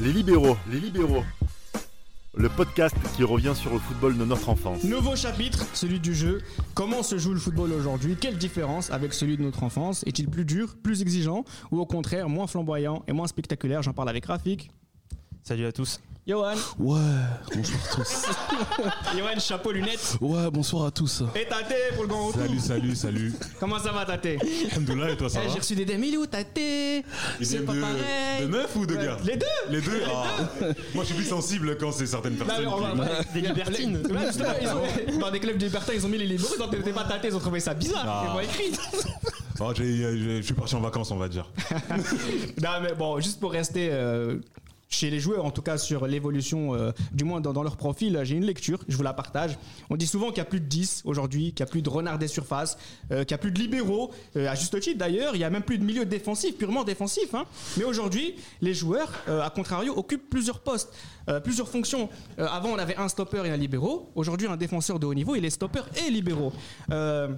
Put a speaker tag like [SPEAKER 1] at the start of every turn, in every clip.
[SPEAKER 1] Les libéraux, les libéraux. Le podcast qui revient sur le football de notre enfance.
[SPEAKER 2] Nouveau chapitre, celui du jeu. Comment se joue le football aujourd'hui Quelle différence avec celui de notre enfance Est-il plus dur, plus exigeant ou au contraire moins flamboyant et moins spectaculaire J'en parle avec Rafik.
[SPEAKER 3] Salut à tous.
[SPEAKER 2] Johan,
[SPEAKER 4] Ouais, bonsoir à tous.
[SPEAKER 2] Johan, chapeau, lunettes
[SPEAKER 4] Ouais, bonsoir à tous.
[SPEAKER 2] et Tate pour le grand retour.
[SPEAKER 5] Salut, salut, salut.
[SPEAKER 2] Comment ça va Tate Eh,
[SPEAKER 5] Alhamdoulilah, et toi, ça va
[SPEAKER 2] J'ai reçu des DM, il est où Tate
[SPEAKER 5] Ils
[SPEAKER 2] C'est
[SPEAKER 5] viennent
[SPEAKER 2] pas
[SPEAKER 5] de,
[SPEAKER 2] pareil.
[SPEAKER 5] de meufs ou de gars
[SPEAKER 2] Les deux
[SPEAKER 5] Les deux ah. Moi, je suis plus sensible quand c'est certaines
[SPEAKER 2] Non, mais
[SPEAKER 5] personnes.
[SPEAKER 2] Bah, on va-
[SPEAKER 5] qui-
[SPEAKER 2] des libertines. Ouais, justement, ils ont- dans des clubs de libertins, ils ont mis les libéraux, donc t'étais pas tâté, ils ont trouvé ça bizarre.
[SPEAKER 5] Ah.
[SPEAKER 2] C'est pas écrit.
[SPEAKER 5] Bon, Ah, j'ai- j'ai- je suis parti en vacances, on va dire.
[SPEAKER 2] Non, mais bon, juste pour rester euh, chez les joueurs, en tout cas sur l'évolution, euh, du moins dans, dans leur profil, j'ai une lecture, je vous la partage. On dit souvent qu'il y a plus de 10 aujourd'hui, qu'il y a plus de renards des surfaces, euh, qu'il y a plus de libéraux, euh, à juste titre d'ailleurs, il y a même plus de milieux défensifs, purement défensifs. hein. Mais aujourd'hui, les joueurs, euh, à contrario, occupent plusieurs postes, euh, plusieurs fonctions. Euh, avant, on avait un stopper et un libéraux. Aujourd'hui, un défenseur de haut niveau, il est stopper et libéraux. Euh,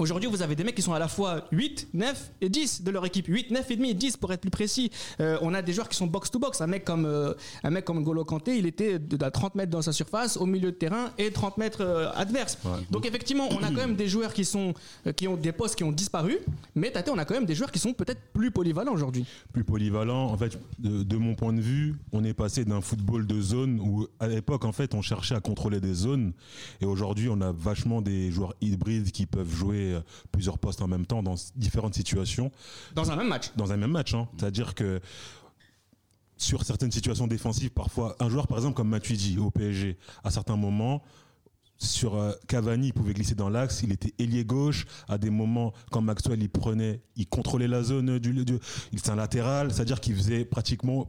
[SPEAKER 2] Aujourd'hui, vous avez des mecs qui sont à la fois 8, 9 et 10 de leur équipe. 8, 9 et demi, 10 pour être plus précis. Euh, on a des joueurs qui sont box to box. Un mec comme euh, un mec comme Golo Kanté, il était de- à 30 mètres dans sa surface, au milieu de terrain et 30 mètres euh, adverse. Donc effectivement, on a quand même des joueurs qui sont euh, qui ont des postes qui ont disparu, mais tâtez, on a quand même des joueurs qui sont peut-être plus polyvalents aujourd'hui.
[SPEAKER 5] Plus polyvalent, en fait, de, de mon point de vue, on est passé d'un football de zone où, à l'époque, en fait, on cherchait à contrôler des zones. Et aujourd'hui, on a vachement des joueurs hybrides qui peuvent jouer euh, plusieurs postes en même temps dans s- différentes situations.
[SPEAKER 2] Dans un même match.
[SPEAKER 5] dans un même match. hein. C'est-à-dire que sur certaines situations défensives, parfois, un joueur, par exemple, comme Matuidi au PSG, à certains moments, sur euh, Cavani, il pouvait glisser dans l'axe, il était ailier gauche. À des moments, quand Maxwell, il prenait, il contrôlait la zone du. du il était un latéral, c'est-à-dire qu'il faisait pratiquement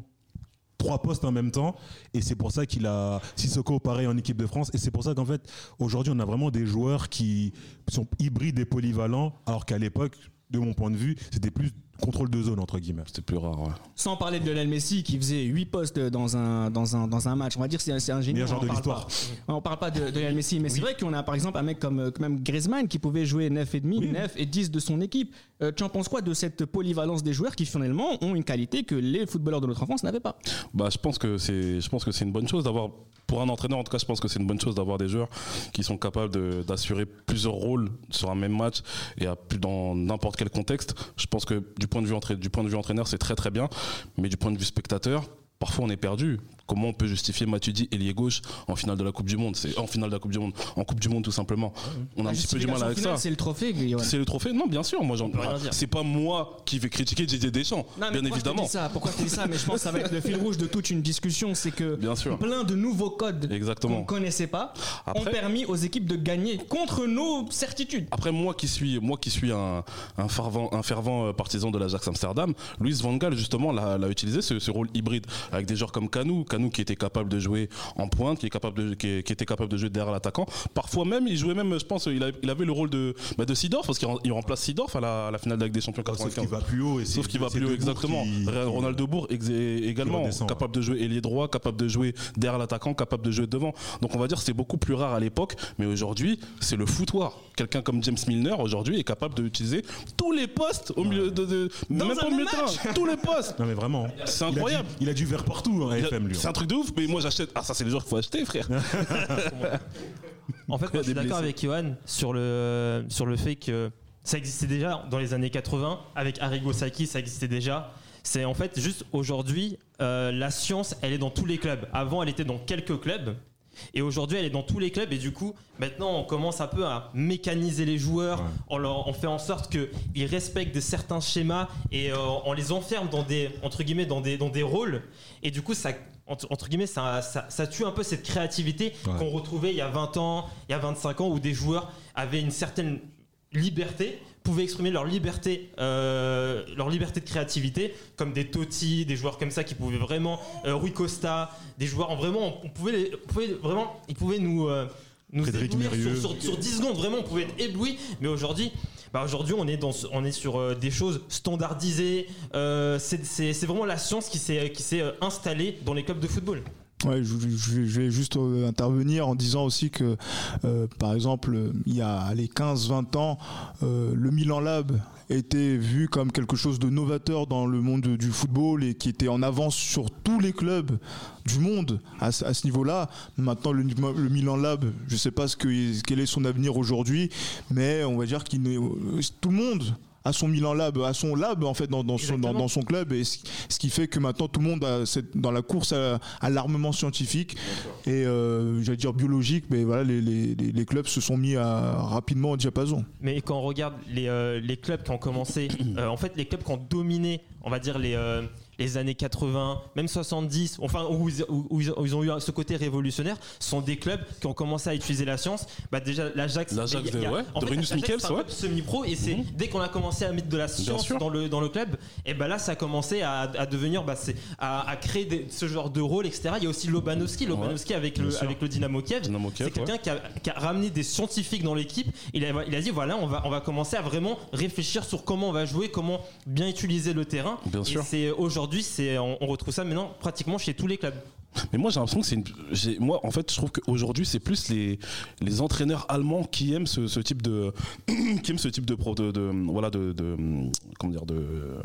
[SPEAKER 5] trois postes en même temps et c'est pour ça qu'il a Sissoko pareil en équipe de France et c'est pour ça qu'en fait aujourd'hui on a vraiment des joueurs qui sont hybrides et polyvalents alors qu'à l'époque de mon point de vue c'était plus contrôle de zone entre guillemets
[SPEAKER 4] C'était plus rare, ouais.
[SPEAKER 2] Sans parler de Lionel Messi qui faisait 8 postes dans un, dans un, dans un match. On va dire que c'est un- c'est un génie.
[SPEAKER 5] Meilleur
[SPEAKER 2] on
[SPEAKER 5] joueur
[SPEAKER 2] en
[SPEAKER 5] de
[SPEAKER 2] parle
[SPEAKER 5] l'histoire.
[SPEAKER 2] pas. On parle pas de, de Lionel Messi, mais c'est vrai qu'on a par exemple un mec comme euh, même Griezmann qui pouvait jouer 9,5, 9 et 10 de son équipe. Euh, tu en penses quoi de cette polyvalence des joueurs qui finalement ont une qualité que les footballeurs de notre enfance n'avaient pas
[SPEAKER 4] Bah, je pense que c'est, je pense que c'est une bonne chose d'avoir, pour un entraîneur, en tout cas, je pense que c'est une bonne chose d'avoir des joueurs qui sont capables de- d'assurer plusieurs rôles sur un même match et à plus dans n'importe quel contexte. Je pense que du point de vue entra- du point de vue entraîneur, c'est très très bien, mais du point de vue spectateur. Parfois, on est perdu. Comment on peut justifier Matuidi ailier gauche en finale de la Coupe du Monde C'est en finale de la Coupe du Monde, en Coupe du Monde tout simplement. On a un petit peu du mal
[SPEAKER 2] Justification
[SPEAKER 4] avec
[SPEAKER 2] Ah, finale,
[SPEAKER 4] ça.
[SPEAKER 2] C'est le trophée, Guillaume.
[SPEAKER 4] C'est le trophée Non, bien sûr. Moi, j'en-
[SPEAKER 2] rien dire.
[SPEAKER 4] c'est pas moi qui vais critiquer Didier Deschamps,
[SPEAKER 2] Non, mais pourquoi je
[SPEAKER 4] bien
[SPEAKER 2] te
[SPEAKER 4] évidemment.
[SPEAKER 2] dis ça pourquoi je te dis ça Mais je pense que ça va être le fil rouge de toute une discussion, c'est que
[SPEAKER 4] Bien sûr.
[SPEAKER 2] plein de nouveaux codes
[SPEAKER 4] Exactement.
[SPEAKER 2] qu'on connaissait pas ont
[SPEAKER 4] Après-
[SPEAKER 2] permis aux équipes de gagner contre nos certitudes.
[SPEAKER 4] Après moi qui suis moi qui suis un, un fervent un fervent euh, partisan de l'Ajax Amsterdam, Luis Van Gaal justement l'a l'a utilisé ce, ce rôle hybride avec des joueurs comme Canou, Canou qui était capable de jouer en pointe, qui est capable de qui, est- qui était capable de jouer derrière l'attaquant. Parfois même il jouait même euh, je pense il avait, il avait le rôle de bah, de Sidorf parce qu'il rem- il remplace Sidorf à la, à la finale de la Ligue des Champions
[SPEAKER 5] sauf
[SPEAKER 4] 95.
[SPEAKER 5] qu'il va plus haut et c'est-
[SPEAKER 4] Sauf qu'il va
[SPEAKER 5] c'est
[SPEAKER 4] plus haut,
[SPEAKER 5] Debourg
[SPEAKER 4] exactement.
[SPEAKER 5] qui-
[SPEAKER 4] Ronald Ronaldo Bourg ex- également
[SPEAKER 5] redescend,
[SPEAKER 4] capable de jouer ailier droit, capable de jouer derrière l'attaquant, capable de jouer devant. Donc on va dire que c'est beaucoup plus rare à l'époque, mais aujourd'hui c'est le foutoir. Quelqu'un comme James Milner aujourd'hui est capable d'utiliser tous les postes au milieu de, de-
[SPEAKER 2] Dans
[SPEAKER 4] même
[SPEAKER 2] un
[SPEAKER 4] pas au milieu de
[SPEAKER 2] même
[SPEAKER 4] terrain, tous les postes.
[SPEAKER 5] non mais vraiment
[SPEAKER 4] C'est
[SPEAKER 5] Il a du-
[SPEAKER 4] incroyable.
[SPEAKER 5] il a du verre partout hein,
[SPEAKER 4] Il a-
[SPEAKER 5] FM lui
[SPEAKER 4] C'est un truc de ouf, mais moi j'achète. Ah ça c'est les joueurs qu'il faut acheter, frère.
[SPEAKER 3] En fait, moi, je suis
[SPEAKER 4] Des
[SPEAKER 3] d'accord
[SPEAKER 4] blessés.
[SPEAKER 3] avec Johan sur le, sur le fait que ça existait déjà dans les années 80. Avec Arrigo Sacchi, ça existait déjà. C'est en fait juste aujourd'hui, euh, la science, elle est dans tous les clubs. Avant, elle était dans quelques clubs. Et aujourd'hui, elle est dans tous les clubs. Et du coup, maintenant, on commence un peu à mécaniser les joueurs.
[SPEAKER 5] Ouais.
[SPEAKER 3] On, leur- on fait en sorte qu'ils respectent des certains schémas et euh, on les enferme dans des, entre guillemets, dans des, dans des rôles. Et du coup, ça, entre, entre guillemets, ça, ça- ça tue un peu cette créativité
[SPEAKER 5] Ouais.
[SPEAKER 3] qu'on retrouvait il y a 20 ans, il y a 25 ans, où des joueurs avaient une certaine liberté, pouvaient exprimer leur liberté, euh, leur liberté de créativité, comme des Totti, des joueurs comme ça qui pouvaient vraiment, euh, Rui Costa, des joueurs en vraiment, on pouvait, les- on pouvait vraiment, ils pouvaient nous, euh, nous
[SPEAKER 5] Frédéric
[SPEAKER 3] éblouir
[SPEAKER 5] Mérieux.
[SPEAKER 3] sur, sur, sur 10 secondes, vraiment, on pouvait être ébloui. Mais aujourd'hui, bah aujourd'hui, on est dans, ce- on est sur euh, des choses standardisées. Euh, c'est- c'est c'est vraiment la science qui s'est qui s'est euh, installée dans les clubs de football.
[SPEAKER 6] Ouais, je, je- je- je vais juste euh, intervenir en disant aussi que, euh, par exemple, euh, il y a les 15-20 ans, euh, le Milan Lab était vu comme quelque chose de novateur dans le monde du football et qui était en avance sur tous les clubs du monde à, ce- à ce niveau-là. Maintenant, le, le Milan Lab, je ne sais pas ce que, quel est son avenir aujourd'hui, mais on va dire qu'il n'est- euh, tout le monde a son Milan Lab, a son lab en fait dans, dans son, dans,
[SPEAKER 3] Exactement.
[SPEAKER 6] dans son club et ce, ce qui fait que maintenant tout le monde a cette- dans la course à, à l'armement scientifique et euh, j'allais dire biologique, mais voilà les, les- les- les clubs se sont mis à, rapidement au diapason.
[SPEAKER 3] Mais quand on regarde les, euh, les clubs qui ont commencé, euh, en fait, les clubs qui ont dominé, on va dire, les, euh, les années 80, même 70, enfin, où, ils- où- où ils où ils ont eu ce côté révolutionnaire, sont des clubs qui ont commencé à utiliser la science. Bah, déjà, l'Ajax,
[SPEAKER 4] L'Ajax
[SPEAKER 3] mais il y a-
[SPEAKER 4] de-
[SPEAKER 3] il y a-
[SPEAKER 4] ouais,
[SPEAKER 3] en
[SPEAKER 4] de
[SPEAKER 3] fait,
[SPEAKER 4] Rinus
[SPEAKER 3] l'Ajax,
[SPEAKER 4] Michels,
[SPEAKER 3] c'est un
[SPEAKER 4] ouais.
[SPEAKER 3] club semi-pro, et c'est
[SPEAKER 4] Mhm.
[SPEAKER 3] dès qu'on a commencé à mettre de la science
[SPEAKER 4] sûr.
[SPEAKER 3] dans le, dans le club, et ben là, ça a commencé à, à devenir, bah, c'est- à, à créer des- ce genre de rôle, etc. Il y a aussi Lobanowski, Lobanowski avec, le,
[SPEAKER 4] bien sûr.
[SPEAKER 3] avec le Dynamo Kiev.
[SPEAKER 4] Dynamo Kiev,
[SPEAKER 3] C'est quelqu'un qui, a, qui a ramené des scientifiques dans l'équipe. Il a, il a dit voilà, on va, on va commencer à vraiment réfléchir sur comment on va jouer, comment bien utiliser le terrain.
[SPEAKER 4] Bien
[SPEAKER 3] Et
[SPEAKER 4] sûr.
[SPEAKER 3] c'est aujourd'hui, c'est on, on retrouve ça maintenant pratiquement chez tous les clubs.
[SPEAKER 4] Mais moi, j'ai l'impression que c'est une. j'ai- Moi, en fait, je trouve qu'aujourd'hui, c'est plus les, les entraîneurs allemands qui aiment ce, ce type de. qui aiment ce type de. pro- de, de- voilà, de, de. Comment dire de,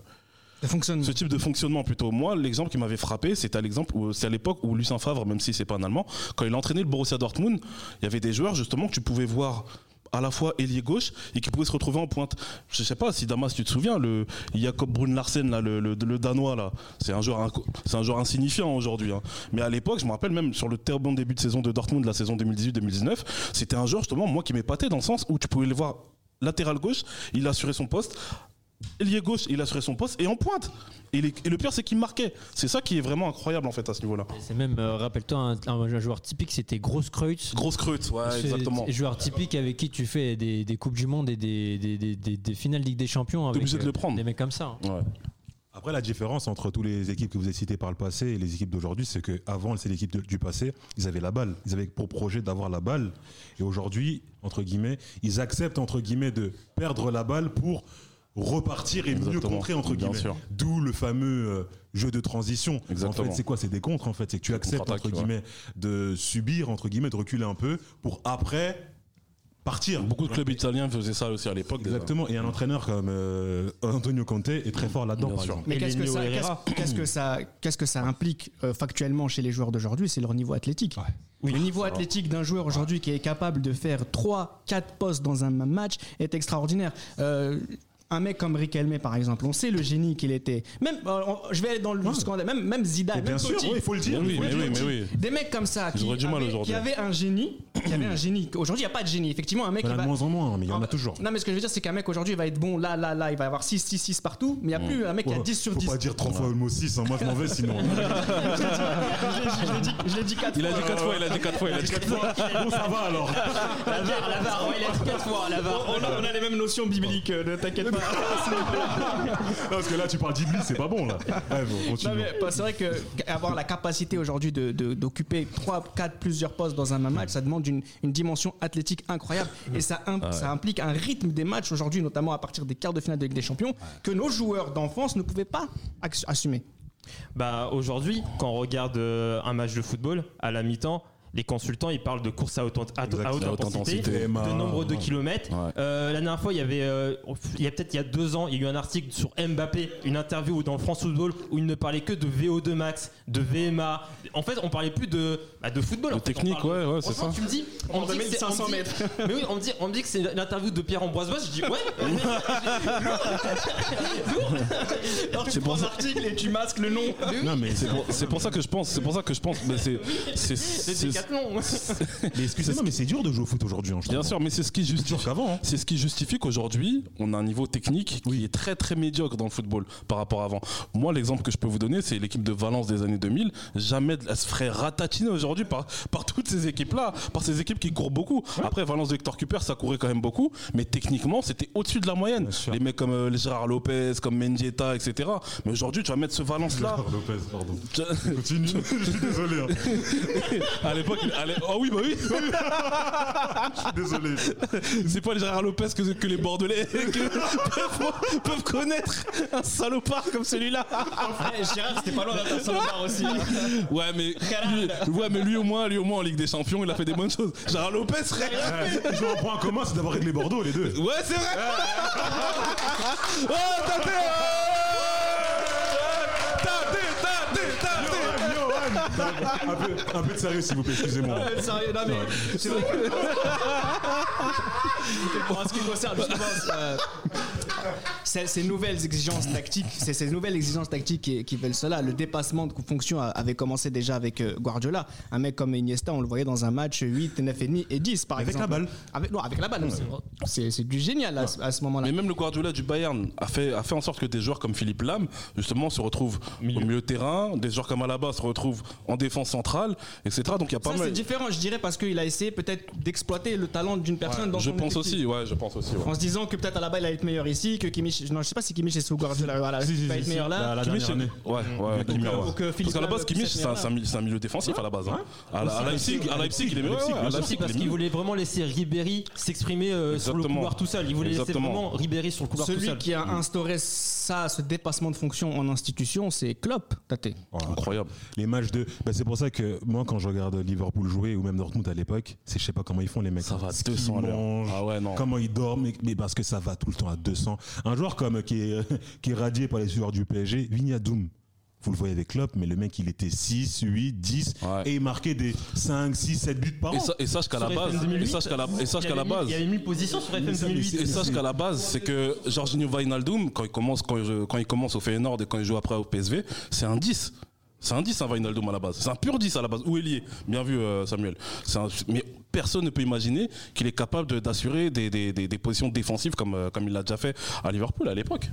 [SPEAKER 2] Ça fonctionne.
[SPEAKER 4] Ce type de fonctionnement plutôt. Moi, l'exemple qui m'avait frappé, c'était à l'exemple où- c'est à l'époque où Lucien Favre, même si c'est pas un Allemand, quand il entraînait le Borussia Dortmund, il y avait des joueurs justement que tu pouvais voir à la fois ailier gauche et qui pouvaient se retrouver en pointe. Je sais pas si Damas, tu te souviens, le Jakob Brun Larsen, là, le, le- le danois là, c'est un joueur, inco- c'est un joueur insignifiant aujourd'hui. hein. Mais à l'époque, je me rappelle même sur le très bon début de saison de Dortmund, la saison 2018-2019, c'était un joueur justement moi qui m'épatait dans le sens où tu pouvais le voir latéral gauche, il assurait son poste, ailier gauche, il assurait son poste et en pointe. Et, les- et le pire, c'est qu'il marquait. C'est ça qui est vraiment incroyable en fait à ce niveau-là.
[SPEAKER 7] C'est même, euh, rappelle-toi, un, un joueur typique, c'était Grosskreutz.
[SPEAKER 4] Grosse creute, ouais,
[SPEAKER 7] C'est-
[SPEAKER 4] exactement.
[SPEAKER 7] c'est Joueur typique avec qui tu fais des, des Coupes du Monde et des, des, des, des- des finales Ligue des Champions. avec,
[SPEAKER 4] obligé de
[SPEAKER 7] euh,
[SPEAKER 4] le prendre.
[SPEAKER 7] Des mecs comme ça. hein.
[SPEAKER 4] Ouais.
[SPEAKER 5] Après, la différence entre toutes les équipes que vous avez citées par le passé et les équipes d'aujourd'hui, c'est qu'avant, c'est l'équipe de- du passé, ils avaient la balle. Ils avaient pour projet d'avoir la balle. Et aujourd'hui, entre guillemets, ils acceptent, entre guillemets, de perdre la balle pour repartir et mieux
[SPEAKER 4] Exactement.
[SPEAKER 5] contrer, entre
[SPEAKER 4] Bien
[SPEAKER 5] guillemets.
[SPEAKER 4] sûr.
[SPEAKER 5] D'où le fameux euh, jeu de transition.
[SPEAKER 4] Exactement.
[SPEAKER 5] En fait, c'est quoi C'est des contres, en fait. C'est que tu acceptes,
[SPEAKER 4] contre-attaques,
[SPEAKER 5] entre guillemets, de subir, entre guillemets, de reculer un peu pour après partir.
[SPEAKER 4] Beaucoup de clubs italiens faisaient ça aussi à l'époque. déjà.
[SPEAKER 5] Exactement. Et un entraîneur comme euh, Antonio Conte est très fort là-dedans,
[SPEAKER 4] Bien
[SPEAKER 5] par
[SPEAKER 4] sûr.
[SPEAKER 5] exemple.
[SPEAKER 2] Mais
[SPEAKER 3] Et
[SPEAKER 2] qu'est-ce que,
[SPEAKER 3] Lenio
[SPEAKER 2] ça,
[SPEAKER 3] Herrera.
[SPEAKER 2] qu'est-ce- qu'est-ce que ça, qu'est-ce que ça implique euh, factuellement chez les joueurs d'aujourd'hui C'est leur niveau athlétique. Le niveau athlétique d'un joueur aujourd'hui qui est capable de faire 3-4 postes dans un même match est extraordinaire. Euh, un mec comme Riquelme, par exemple, on sait le génie qu'il était. Même, euh, on- je vais aller dans le jusqu'en- même, même Zidane,
[SPEAKER 5] Et bien
[SPEAKER 2] même
[SPEAKER 5] sûr,
[SPEAKER 2] Totti.
[SPEAKER 5] oui, il faut le dire.
[SPEAKER 4] Mais oui,
[SPEAKER 5] il faut le
[SPEAKER 4] mais
[SPEAKER 5] dire.
[SPEAKER 4] oui, mais oui.
[SPEAKER 2] Des mecs comme ça qui
[SPEAKER 4] auraient du mal
[SPEAKER 2] avaient,
[SPEAKER 4] aujourd'hui.
[SPEAKER 2] qui avaient un génie, qui avaient un génie. Aujourd'hui, il n'y a pas de génie. Effectivement, un mec
[SPEAKER 5] Hmm. Il y
[SPEAKER 2] qui
[SPEAKER 5] en a
[SPEAKER 2] va-
[SPEAKER 5] de moins en moins, mais il y en
[SPEAKER 2] Ah,
[SPEAKER 5] a toujours.
[SPEAKER 2] Non, mais ce que je veux dire, c'est qu'un mec aujourd'hui il va être bon là, là, là, il va avoir 6, 6, 6 partout, mais il n'y a plus un mec qui a 10 sur 10.
[SPEAKER 5] Hmm. Faut pas dire 3 fois le mot 6, hein, moi je m'en vais sinon.
[SPEAKER 2] Je l'ai dit- je l'ai dit 4 fois.
[SPEAKER 4] Il a dit 4 fois, il a dit 4 fois, il a dit 4 fois.
[SPEAKER 5] bon, ça va alors.
[SPEAKER 2] La barre, la barre, ouais, il a dit 4 fois. La barre. On, a, on a les mêmes notions bibliques, euh, ne t'inquiète pas.
[SPEAKER 5] Non, parce que là tu parles d'Iblis, c'est pas bon là. Ouais, bon,
[SPEAKER 2] Non,
[SPEAKER 5] continue.
[SPEAKER 2] mais bah, c'est vrai que avoir la capacité aujourd'hui de- de- d'occuper 3, 4, plusieurs postes dans un même match, ça demande une, une dimension athlétique incroyable. Et ça, im- ça implique un rythme des matchs aujourd'hui, notamment à partir des quarts de finale de Ligue des Champions, que nos joueurs d'enfance ne pouvaient pas ax- assumer.
[SPEAKER 3] Bah aujourd'hui, quand on regarde euh, un match de football à la mi-temps. Les consultants, ils parlent de course à haute, à- à haute
[SPEAKER 5] Exact, à haute
[SPEAKER 3] intensité,
[SPEAKER 5] intensité,
[SPEAKER 3] de
[SPEAKER 5] MA,
[SPEAKER 3] nombre de
[SPEAKER 5] ouais.
[SPEAKER 3] kilomètres.
[SPEAKER 4] Ouais.
[SPEAKER 3] Euh, la dernière fois, il y avait, euh, il y a peut-être il y a deux ans, il y a eu un article sur Mbappé, une interview où dans France Football où il ne parlait que de VO2 max, de VMA. En fait, on parlait plus de, bah, de football.
[SPEAKER 4] De
[SPEAKER 3] en fait, on
[SPEAKER 4] technique,
[SPEAKER 3] parle-
[SPEAKER 4] ouais, ouais, c'est
[SPEAKER 3] Franchement,
[SPEAKER 4] ça.
[SPEAKER 3] Tu me dis, on, me dit que c'est- on me
[SPEAKER 2] 1500
[SPEAKER 3] dit-
[SPEAKER 2] mètres.
[SPEAKER 3] Mais oui, on me dit, on me dit que c'est l'interview de Pierre Ambroise Boas. Je dis ouais. Lourd.
[SPEAKER 2] Alors tu prends l'article et tu masques le nom.
[SPEAKER 4] Non, Ah, mais c'est pour, c'est pour ça que je pense, c'est pour ça que je pense, mais c'est, c'est,
[SPEAKER 3] Le
[SPEAKER 4] c'est-
[SPEAKER 3] décathlon.
[SPEAKER 5] Mais excusez-moi, mais c'est dur de jouer au foot aujourd'hui. hein, je
[SPEAKER 4] bien
[SPEAKER 5] trouve.
[SPEAKER 4] sûr, mais c'est ce qui
[SPEAKER 5] C'est dur
[SPEAKER 4] justifie.
[SPEAKER 5] qu'avant. hein.
[SPEAKER 4] C'est ce qui justifie qu'aujourd'hui, on a un niveau technique qui est très très médiocre dans le football par rapport à avant. Moi, l'exemple que je peux vous donner, c'est l'équipe de Valence des années 2000. Jamais elle se ferait ratatiner aujourd'hui par, par toutes ces équipes-là, par ces équipes qui courent beaucoup. Après, Valence de Hector Cuper, ça courait quand même beaucoup, mais techniquement, c'était au-dessus de la moyenne.
[SPEAKER 5] sûr.
[SPEAKER 4] Les mecs comme euh, Gérard Lopez, comme Mendieta, etc. Mais aujourd'hui, tu vas mettre ce Valence-là.
[SPEAKER 5] Lopez, pardon.
[SPEAKER 4] Tu-
[SPEAKER 5] Continue, je suis désolé. hein.
[SPEAKER 4] à l'époque, il allait- Ah oui, bah oui
[SPEAKER 1] Désolé.
[SPEAKER 4] C'est pas les Gérard Lopez que, que les Bordelais que- peuvent, peuvent connaître un salopard comme celui-là.
[SPEAKER 3] Gérard, c'était pas loin d'être un salopard aussi.
[SPEAKER 4] Ouais mais, lui, ouais, mais lui au moins, lui au moins en Ligue des Champions, il a fait des bonnes choses. Gérard Lopez, frère.
[SPEAKER 5] Ils ont Eh, un point commun, c'est d'avoir réglé Bordeaux, les deux.
[SPEAKER 4] Ouais, c'est vrai. oh, tapez ouais. Tapez, tapez, tapez
[SPEAKER 5] un, peu, un peu de sérieux, s'il vous plaît, excusez-moi.
[SPEAKER 2] Euh, Sérieux, non mais c'est vrai que. En ce qui concerne justement euh, ces, ces nouvelles exigences tactiques, c'est ces nouvelles exigences tactiques qui, qui veulent cela. Le dépassement de fonction a- avait commencé déjà avec euh, Guardiola. Un mec comme Iniesta, on le voyait dans un match 8, 9,5 et 10 par
[SPEAKER 5] Avec la
[SPEAKER 2] exemple.
[SPEAKER 5] balle.
[SPEAKER 2] Avec, non, avec la balle. C'est c'est du génial à, ce- à ce moment-là.
[SPEAKER 4] Mais même le Guardiola du Bayern a fait, a fait en sorte que des joueurs comme Philippe Lam, justement, se retrouvent au milieu de terrain, des joueurs comme Alaba se retrouvent en défense centrale, etc. Donc il y a pas
[SPEAKER 2] Ça c'est
[SPEAKER 4] mal.
[SPEAKER 2] différent, je dirais, parce qu'il a essayé peut-être d'exploiter le talent d'une personne dans
[SPEAKER 4] Je
[SPEAKER 2] son
[SPEAKER 4] pense
[SPEAKER 2] effectif.
[SPEAKER 4] aussi, ouais, je pense aussi. ouais.
[SPEAKER 2] En se disant que peut-être à la base il allait être meilleur ici, que Kimmich. Non, je sais pas si Kimmich est sous Guardiola. Voilà,
[SPEAKER 5] Si, si,
[SPEAKER 2] il va
[SPEAKER 5] si,
[SPEAKER 2] être
[SPEAKER 5] si.
[SPEAKER 2] meilleur là.
[SPEAKER 5] La- la
[SPEAKER 4] Kimmich,
[SPEAKER 5] dernière année.
[SPEAKER 4] c'est- Ouais, ouais.
[SPEAKER 5] Kimmich, ouais.
[SPEAKER 2] Donc, euh,
[SPEAKER 4] Parce
[SPEAKER 2] Philippe
[SPEAKER 4] qu'à la
[SPEAKER 2] Lahm,
[SPEAKER 4] base, Kimmich,
[SPEAKER 2] cette
[SPEAKER 4] c'est un,
[SPEAKER 2] merde-là.
[SPEAKER 4] c'est un milieu- c'est un milieu défensif à la base. hein. À, la- à Leipzig, à Leipzig, il est meilleur.
[SPEAKER 5] Leipzig,
[SPEAKER 4] ouais, à
[SPEAKER 5] bien sûr.
[SPEAKER 4] Leipzig,
[SPEAKER 7] parce
[SPEAKER 4] il est
[SPEAKER 7] qu'il
[SPEAKER 4] meilleur.
[SPEAKER 7] voulait vraiment laisser Ribéry s'exprimer euh, sur le
[SPEAKER 4] Exactement.
[SPEAKER 7] couloir tout seul. Il voulait laisser
[SPEAKER 4] Exactement.
[SPEAKER 7] vraiment Ribéry sur le couloir tout
[SPEAKER 2] Celui
[SPEAKER 7] seul.
[SPEAKER 2] qui
[SPEAKER 5] Mm.
[SPEAKER 2] a instauré ça, ce dépassement de fonction en institution, c'est Klopp, Tate.
[SPEAKER 5] Voilà.
[SPEAKER 4] Incroyable.
[SPEAKER 5] Les matchs de. bah, c'est pour ça que moi, quand je regarde Liverpool jouer ou même Dortmund à l'époque, c'est je sais pas comment ils font les mecs.
[SPEAKER 4] Ça va
[SPEAKER 5] Ce
[SPEAKER 4] 200 à
[SPEAKER 5] qu'ils
[SPEAKER 4] l'heure.
[SPEAKER 5] mangent,
[SPEAKER 4] Ah ouais, non.
[SPEAKER 5] Comment ils dorment, mais, mais parce que ça va tout le temps à 200. Un joueur comme qui est, qui est radié par les suiveurs du PSG, Vignadoum. Vous le voyez avec Klopp, mais le mec, il était 6, 8, 10
[SPEAKER 4] Ouais.
[SPEAKER 5] et il marquait des 5, 6, 7 buts par an.
[SPEAKER 4] Et, sa- et sache qu'à la
[SPEAKER 3] Sur
[SPEAKER 4] base,
[SPEAKER 3] FM
[SPEAKER 4] et
[SPEAKER 3] 2008,
[SPEAKER 4] sache qu'à la, et sache
[SPEAKER 3] il y
[SPEAKER 4] qu'à la
[SPEAKER 3] avait mis-
[SPEAKER 4] base,
[SPEAKER 3] Il y avait mille positions sur FM
[SPEAKER 5] Mais ça, mais
[SPEAKER 3] 2008.
[SPEAKER 4] Et sache qu'à la base, c'est que Jorginho Wijnaldum, quand il commence, quand il, quand il commence au Feyenoord et quand il joue après au PSV, c'est un 10. C'est un 10, un Wijnaldum à la base. C'est un pur 10 à la base. Où est lié Bien vu, euh, Samuel. C'est un- mais personne ne peut imaginer qu'il est capable de- d'assurer des, des- des- des positions défensives comme, euh, comme il l'a déjà fait à Liverpool à l'époque.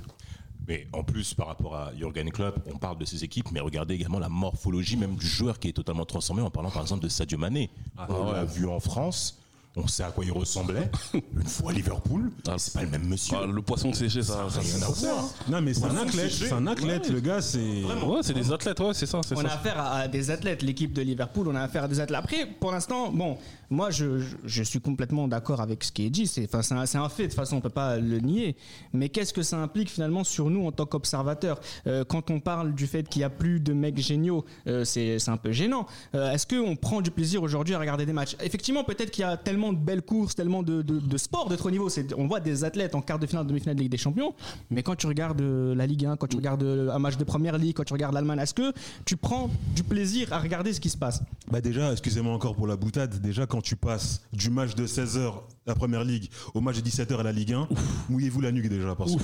[SPEAKER 8] Mais en plus, par rapport à Jürgen Klopp, on parle de ses équipes, mais regardez également la morphologie même du joueur qui est totalement transformé en parlant par exemple de Sadio Mané. on l'a vu en France, on sait à quoi il ressemblait. Une fois à Liverpool, c'est pas le même monsieur.
[SPEAKER 4] Ah, le poisson séché, ça. ça-
[SPEAKER 8] Rien à voir.
[SPEAKER 5] Non, mais c'est un
[SPEAKER 8] Poisson
[SPEAKER 5] athlète.
[SPEAKER 8] séché.
[SPEAKER 5] C'est un athlète, le gars, c'est.
[SPEAKER 4] Ouais, c'est des athlètes, ouais, c'est ça. c'est
[SPEAKER 2] On a
[SPEAKER 4] ça.
[SPEAKER 2] affaire à, à des athlètes, l'équipe de Liverpool, on a affaire à des athlètes. Après, pour l'instant, bon, moi je, je- je suis complètement d'accord avec ce qui est dit, c'est enfin, c'est un, c'est un fait, de toute façon on peut pas le nier, mais qu'est-ce que ça implique finalement sur nous en tant qu'observateurs Euh, Quand on parle du fait qu'il n'y a plus de mecs géniaux, euh, c'est c'est un peu gênant. Euh, Est-ce qu'on prend du plaisir aujourd'hui à regarder des matchs Effectivement, peut-être qu'il y a tellement de belles courses, tellement de, de, de sports de trop niveau, C'est- on voit des athlètes en quart de finale, demi-finale de Ligue des Champions, mais quand tu regardes euh, la Ligue 1, quand tu regardes euh, un match de Première Ligue, quand tu regardes l'Allemagne, est-ce que tu prends du plaisir à regarder ce qui se passe
[SPEAKER 5] Bah déjà, excusez-moi encore pour la boutade, déjà quand tu passes du match de 16h la première ligue au match de 17h à la Ligue 1, mouillez-vous la nuque déjà parce que